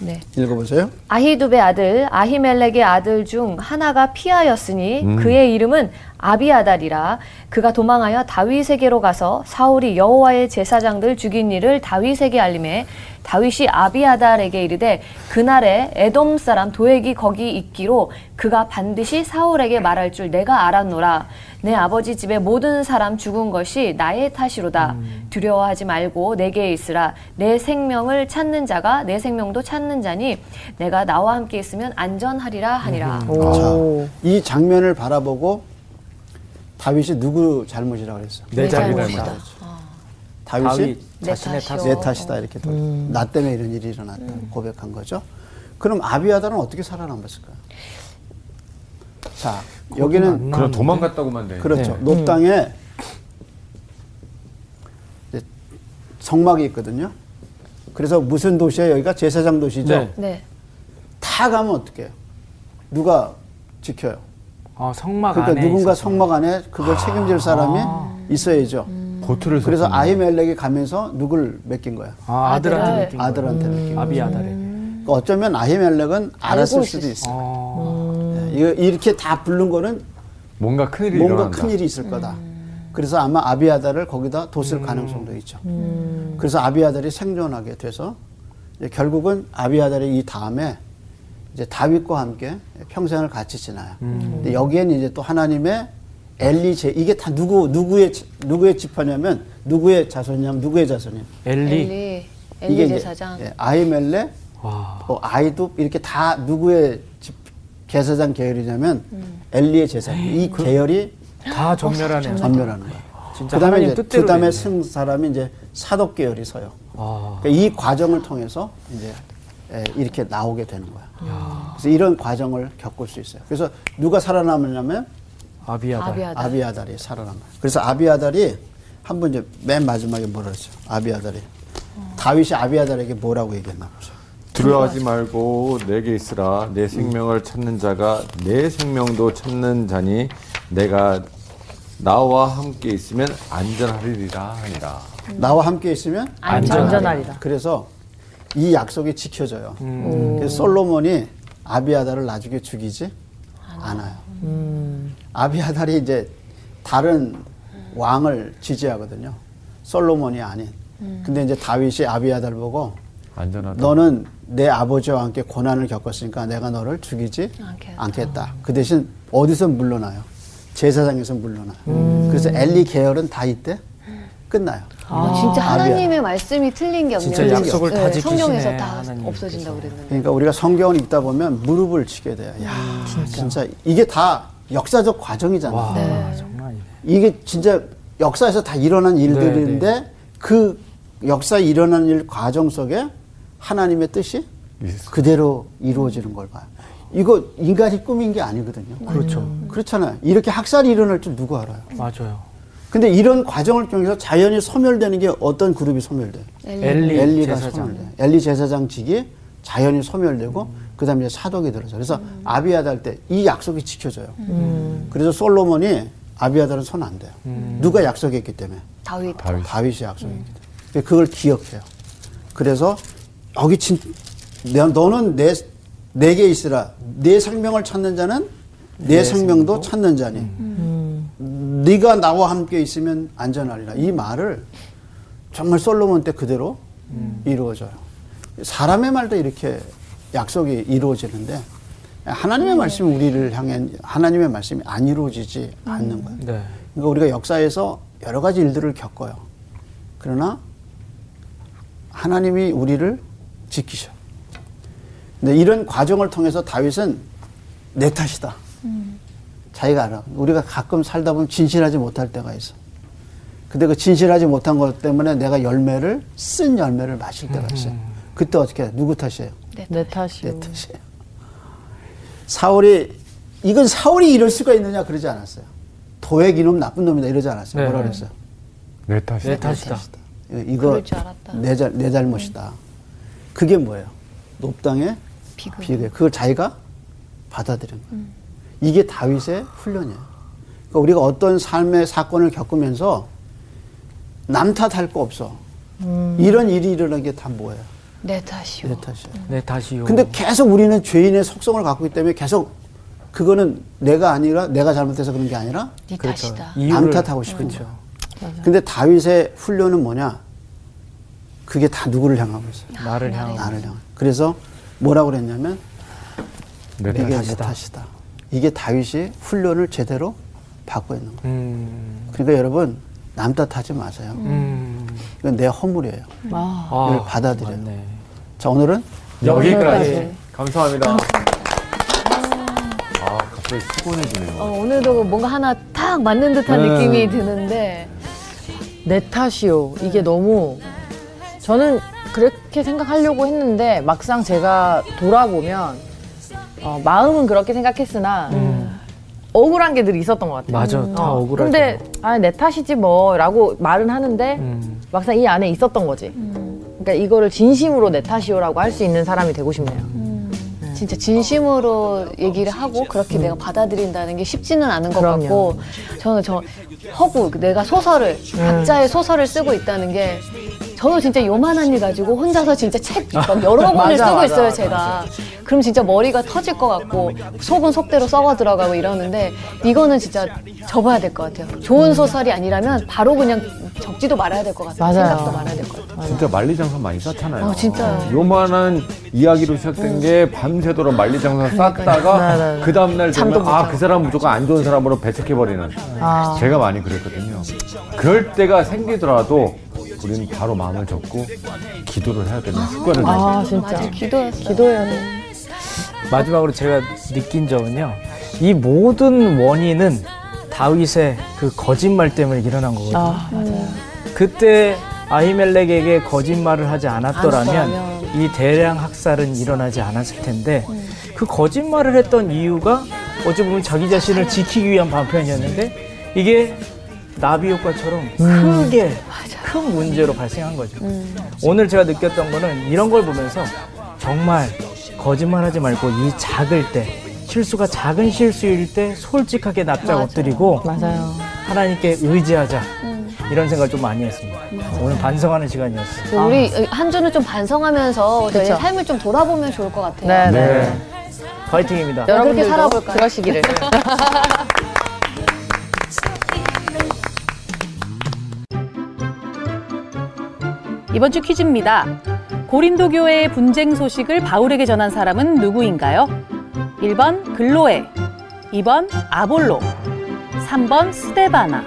[SPEAKER 6] 네.
[SPEAKER 4] 읽어보세요.
[SPEAKER 6] 아히두베 아들 아히멜렉의 아들 중 하나가 피하였으니 그의 이름은 아비아달이라 그가 도망하여 다윗에게로 가서 사울이 여호와의 제사장들 죽인 일을 다윗에게 알림해 다윗이 아비아달에게 이르되 그날에 에돔 사람 도액이 거기 있기로 그가 반드시 사울에게 말할 줄 내가 알았노라 내 아버지 집에 모든 사람 죽은 것이 나의 탓이로다 두려워하지 말고 내게 있으라 내 생명을 찾는 자가 내 생명도 찾는 자니 내가 나와 함께 있으면 안전하리라 하니라
[SPEAKER 4] 음.
[SPEAKER 1] 어,
[SPEAKER 5] 오.
[SPEAKER 4] 이 장면을 바라보고 다윗이 누구 잘못이라고 그랬어요?
[SPEAKER 3] 내
[SPEAKER 1] 잘못이다.
[SPEAKER 4] 다윗이
[SPEAKER 3] 다윗 자신의
[SPEAKER 1] 탓이요.
[SPEAKER 3] 탓.
[SPEAKER 4] 내 탓이다 이렇게 돌- 나 때문에 이런 일이 일어났다 고백한 거죠. 그럼 아비아달은 어떻게 살아남았을까요? 자 여기는
[SPEAKER 2] 그럼 도망갔다고만 돼.
[SPEAKER 4] 아.
[SPEAKER 2] 네.
[SPEAKER 4] 그렇죠. 높당에 이제 성막이 있거든요. 그래서 무슨 도시에 여기가 제사장 도시죠.
[SPEAKER 3] 네.
[SPEAKER 6] 네
[SPEAKER 4] 다 가면 어떡해요? 누가 지켜요?
[SPEAKER 3] 아, 성막
[SPEAKER 4] 그러니까
[SPEAKER 3] 안에
[SPEAKER 4] 누군가
[SPEAKER 3] 있어서.
[SPEAKER 4] 성막 안에 그걸 책임질 사람이 있어야죠.
[SPEAKER 2] 보트를
[SPEAKER 4] 그래서
[SPEAKER 2] 섰군요.
[SPEAKER 4] 아히멜렉이 가면서 누굴 맡긴 거야?
[SPEAKER 3] 아, 아들한테
[SPEAKER 1] 아들을-
[SPEAKER 3] 느낀 거예요.
[SPEAKER 4] 아들한테 맡긴 거야.
[SPEAKER 3] 아비아달에게.
[SPEAKER 4] 그러니까 어쩌면 아히멜렉은 알았을 수도 있어.
[SPEAKER 3] 어.
[SPEAKER 4] 요 이렇게 다 부른 거는
[SPEAKER 2] 뭔가 큰일이
[SPEAKER 4] 뭔가
[SPEAKER 2] 일어난다.
[SPEAKER 4] 큰 일이 있을 거다.
[SPEAKER 1] 음.
[SPEAKER 4] 그래서 아마 아비아달을 거기다 뒀을 가능성도 있죠.
[SPEAKER 1] 음.
[SPEAKER 4] 그래서 아비아달이 생존하게 돼서 이제 결국은 아비아달이 이 다음에 이제 다윗과 함께 평생을 같이 지나요.
[SPEAKER 2] 음.
[SPEAKER 4] 근데 여기에는 이제 또 하나님의 엘리 제 이게 다 누구 누구의 지- 누구의 집파냐면 누구의 자손이냐면 누구의 자손이
[SPEAKER 3] 엘리.
[SPEAKER 1] 엘리, 엘리 제사장.
[SPEAKER 4] 예, 아이멜레
[SPEAKER 3] 와.
[SPEAKER 4] 뭐 아이도 이렇게 다 누구의 집 제사장 계열이냐면
[SPEAKER 1] 음.
[SPEAKER 4] 엘리의 제사장 이
[SPEAKER 2] 그
[SPEAKER 4] 계열이
[SPEAKER 3] 다 전멸하네요.
[SPEAKER 4] 전멸하는 거야.
[SPEAKER 3] 진짜
[SPEAKER 4] 그다음에
[SPEAKER 3] 하나님
[SPEAKER 4] 이제
[SPEAKER 3] 뜻대로
[SPEAKER 4] 그다음에
[SPEAKER 3] 되네.
[SPEAKER 4] 승 사람이 이제 사독 계열이 서요.
[SPEAKER 3] 아.
[SPEAKER 4] 그러니까 이 과정을 통해서 이제 에, 이렇게 나오게 되는 거야. 그래서 이런 과정을 겪을 수 있어요. 그래서 누가 살아남으냐면
[SPEAKER 3] 아비아달.
[SPEAKER 1] 아비아달.
[SPEAKER 4] 아비아달이 살아남아요. 그래서 아비아달이 한 번 이제 맨 마지막에 뭐라 그랬죠? 아비아달이
[SPEAKER 1] 어.
[SPEAKER 4] 다윗이 아비아달에게 뭐라고 얘기했나 보죠.
[SPEAKER 2] 두려워하지 말고 내게 있으라
[SPEAKER 4] 음.
[SPEAKER 2] 내 생명을 찾는 자가 내 생명도 찾는 자니 내가 나와 함께 있으면 안전하리라 하니라.
[SPEAKER 4] 나와 함께 있으면
[SPEAKER 5] 안전하리라.
[SPEAKER 4] 그래서 이 약속이 지켜져요.
[SPEAKER 5] 음.
[SPEAKER 4] 그래서 솔로몬이 아비아달을 나중에 죽이지 않아요.
[SPEAKER 5] 음.
[SPEAKER 4] 아비아달이 이제 다른 왕을 지지하거든요. 솔로몬이 아닌.
[SPEAKER 5] 음.
[SPEAKER 4] 근데 이제 다윗이 아비아달 보고
[SPEAKER 2] 안전하다.
[SPEAKER 4] 너는 내 아버지와 함께 고난을 겪었으니까 내가 너를 죽이지
[SPEAKER 1] 않겠다.
[SPEAKER 4] 않겠다. 그 대신 어디서 물러나요? 제사장에서 물러나요. 그래서 엘리 계열은 다 이때 끝나요.
[SPEAKER 1] 아, 진짜
[SPEAKER 4] 아비아달.
[SPEAKER 1] 하나님의 말씀이 틀린 게 없네요.
[SPEAKER 3] 진짜 약속을 다 지키시네,
[SPEAKER 1] 성경에서 다
[SPEAKER 3] 하나님께서.
[SPEAKER 1] 없어진다고 그랬는데.
[SPEAKER 4] 그러니까 우리가 성경을 읽다 보면 무릎을 치게 돼요. 야,
[SPEAKER 1] 음,
[SPEAKER 4] 진짜. 이게 다 역사적 과정이잖아요.
[SPEAKER 3] 와,
[SPEAKER 1] 네.
[SPEAKER 3] 정말. 이네.
[SPEAKER 4] 이게 진짜 역사에서 다 일어난 일들인데
[SPEAKER 3] 네,
[SPEAKER 4] 그 역사에 일어난 일 과정 속에 하나님의 뜻이
[SPEAKER 2] 있어요.
[SPEAKER 4] 그대로 이루어지는 걸 봐요. 이거 인간이 꾸민 게 아니거든요.
[SPEAKER 3] 그렇죠.
[SPEAKER 4] 그렇잖아요. 이렇게 학살이 일어날 줄 누가 알아요?
[SPEAKER 3] 맞아요.
[SPEAKER 4] 근데 이런 과정을 통해서 자연히 소멸되는 게 어떤 그룹이 소멸돼요?
[SPEAKER 1] 엘리.
[SPEAKER 3] 엘리,
[SPEAKER 4] 엘리가
[SPEAKER 3] 제사장.
[SPEAKER 4] 소멸돼. 엘리 제사장직이 자연히 소멸되고 그다음 이제 사독이 들어서 그래서 아비아다 할 때 이 약속이 지켜져요. 그래서 솔로몬이 아비아다는 손 안 대요.
[SPEAKER 1] 음.
[SPEAKER 4] 누가 약속했기 때문에
[SPEAKER 6] 다윗.
[SPEAKER 4] 다윗이 약속했기 때문에 근데 그걸 기억해요. 그래서 여기 친 내- 너는 내 내게 있으라 내 생명을 찾는 자는 내, 생명도 음. 찾는 자니 네가 나와 함께 있으면 안전하리라 이 말을 정말 솔로몬 때 그대로 음. 이루어져요. 사람의 말도 이렇게 약속이 이루어지는데 하나님의 말씀이 우리를 향해 하나님의 말씀이 안 이루어지지 않는 거예요.
[SPEAKER 3] 네.
[SPEAKER 4] 그러니까 우리가 역사에서 여러 가지 일들을 겪어요. 그러나 하나님이 우리를 지키셔. 근데 이런 과정을 통해서 다윗은 내 탓이다. 자기가 알아. 우리가 가끔 살다 보면 진실하지 못할 때가 있어. 근데 그 진실하지 못한 것 때문에 내가 열매를 쓴 열매를 마실 때가 있어요. 그때 어떻게 해? 누구 탓이에요?
[SPEAKER 2] 네,
[SPEAKER 5] 내 탓이요.
[SPEAKER 4] 내 탓이에요. 사울이 이건 사울이 이럴 수가 있느냐 그러지 않았어요. 도액 이놈 나쁜 놈이다 이러지 않았어요.
[SPEAKER 3] 네.
[SPEAKER 4] 뭐라 그랬어요?
[SPEAKER 7] 내 탓이다.
[SPEAKER 3] 내 네, 탓이다.
[SPEAKER 4] 이거- 이거
[SPEAKER 1] 그럴 줄 알았다. 네.
[SPEAKER 4] 내, 잘, 내 잘못이다. 그게 뭐예요? 높당의 비교. 그걸 자기가 받아들인 거예요.
[SPEAKER 1] 음.
[SPEAKER 4] 이게 다윗의 훈련이에요. 그러니까 우리가 어떤 삶의 사건을 겪으면서 남 탓할 거 없어.
[SPEAKER 1] 음.
[SPEAKER 4] 이런 일이 일어난 게 다 뭐예요?
[SPEAKER 1] 내 탓이요.
[SPEAKER 4] 내 탓이에요.
[SPEAKER 3] 네, 다시요.
[SPEAKER 4] 근데 계속 우리는 죄인의 속성을 갖고 있기 때문에 계속 그거는 내가 아니라 내가 잘못해서 그런 게 아니라
[SPEAKER 1] 네 탓이다.
[SPEAKER 4] 남
[SPEAKER 3] 이유를-
[SPEAKER 4] 탓하고 싶은 거죠. 근데 다윗의 훈련은 뭐냐? 그게 다 누구를 향하고 있어요?
[SPEAKER 3] 나를
[SPEAKER 1] 네.
[SPEAKER 3] 향하고.
[SPEAKER 4] 나를 향. 그래서 뭐라고 그랬냐면
[SPEAKER 7] 내
[SPEAKER 2] 네.
[SPEAKER 4] 내게 내
[SPEAKER 7] 탓이다.
[SPEAKER 4] 탓이다. 이게 다윗이 훈련을 제대로 받고 있는 거예요.
[SPEAKER 3] 음.
[SPEAKER 4] 그러니까 여러분 남 탓하지 마세요.
[SPEAKER 3] 음.
[SPEAKER 4] 이건 내 허물이에요. 이걸 받아들여요.
[SPEAKER 3] 맞네.
[SPEAKER 4] 자 오늘은
[SPEAKER 2] 여기까지. 네. 감사합니다. 아, 갑자기 피곤해지네요.
[SPEAKER 6] 어, 오늘도 뭔가 하나 탁 맞는 듯한
[SPEAKER 2] 네.
[SPEAKER 6] 느낌이 드는데
[SPEAKER 5] 내 탓이요. 이게 너무 저는 그렇게 생각하려고 했는데 막상 제가 돌아보면 어, 마음은 그렇게 생각했으나 억울한 게 늘 있었던 것
[SPEAKER 3] 음.
[SPEAKER 5] 같아요.
[SPEAKER 3] 맞아. 다
[SPEAKER 5] 어,
[SPEAKER 3] 억울할
[SPEAKER 5] 근데
[SPEAKER 3] 때.
[SPEAKER 5] 아, 내 탓이지 뭐라고 말은 하는데
[SPEAKER 3] 음.
[SPEAKER 5] 막상 이 안에 있었던 거지. 그러니까 이거를 진심으로 내 탓이요라고 할 수 있는 사람이 되고 싶네요.
[SPEAKER 1] 진짜 진심으로 얘기를 하고 그렇게 내가 받아들인다는 게 쉽지는 않은 것
[SPEAKER 5] 음. 그럼요.
[SPEAKER 1] 같고 저는 저 허구 내가 소설을
[SPEAKER 5] 음.
[SPEAKER 1] 각자의 소설을 쓰고 있다는 게 저도 진짜 요만한 일 가지고 혼자서 진짜 책 막 여러 권을
[SPEAKER 5] 맞아,
[SPEAKER 1] 쓰고
[SPEAKER 5] 맞아,
[SPEAKER 1] 있어요 제가 그럼 진짜 머리가 터질 것 같고 속은 속대로 썩어 들어가고 이러는데 이거는 진짜 접어야 될 것 같아요
[SPEAKER 5] 음.
[SPEAKER 1] 좋은 소설이 아니라면 바로 그냥 접지도 말아야 될 것 같아요
[SPEAKER 5] 맞아요.
[SPEAKER 1] 생각도 말아야 될 것 같아요
[SPEAKER 2] 진짜 만리장성 많이 쌌잖아요.
[SPEAKER 1] 아, 진짜요.
[SPEAKER 2] 요만한 이야기로 시작된 게 밤새도록 만리장성 쌌다가 그 다음날 되면 아, 그 사람 무조건 안 좋은 사람으로 배척해버리는.
[SPEAKER 5] 아.
[SPEAKER 2] 제가 많이 그랬거든요. 그럴 때가 생기더라도 우리는 바로 마음을 접고 기도를 해야 되는 습관을 들여요.
[SPEAKER 5] 아 진짜
[SPEAKER 1] 기도였어요
[SPEAKER 5] 기도해야 돼.
[SPEAKER 3] 마지막으로 제가 느낀 점은요. 이 모든 원인은 다윗의 그 거짓말 때문에 일어난 거거든요.
[SPEAKER 5] 아,
[SPEAKER 3] 그때 아히멜렉에게 거짓말을 하지 않았더라면 이 대량 학살은 일어나지 않았을 텐데 그 거짓말을 했던 이유가 어찌 보면 자기 자신을 지키기 위한 반편이었는데 이게 나비 효과처럼 크게 큰 문제로 발생한 거죠. 오늘 제가 느꼈던 거는 이런 걸 보면서 정말 거짓말하지 말고 이 작을 때 실수가 작은 실수일 때 솔직하게 납작 엎드리고
[SPEAKER 5] 맞아요.
[SPEAKER 3] 하나님께 의지하자 이런 생각을 좀 많이 했습니다. 오늘 반성하는 시간이었어요.
[SPEAKER 5] 아,
[SPEAKER 1] 우리 한 주는 좀 반성하면서 저희
[SPEAKER 5] 그쵸.
[SPEAKER 1] 삶을 좀 돌아보면 좋을 것 같아요.
[SPEAKER 5] 네, 네.
[SPEAKER 3] 파이팅입니다.
[SPEAKER 5] 여러분들도
[SPEAKER 1] 살아볼까요?
[SPEAKER 5] 그러시기를.
[SPEAKER 8] 이번 주 퀴즈입니다. 고린도 교회의 분쟁 소식을 바울에게 전한 사람은 누구인가요? 1번 글로에, 2번 아볼로, 3번 스테바나.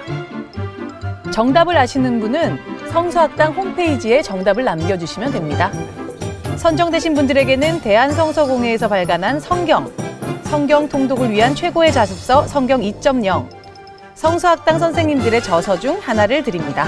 [SPEAKER 8] 정답을 아시는 분은 성서학당 홈페이지에 정답을 남겨주시면 됩니다. 선정되신 분들에게는 대한성서공회에서 발간한 성경, 성경 통독을 위한 최고의 자습서 성경 2.0, 성서학당 선생님들의 저서 중 하나를 드립니다.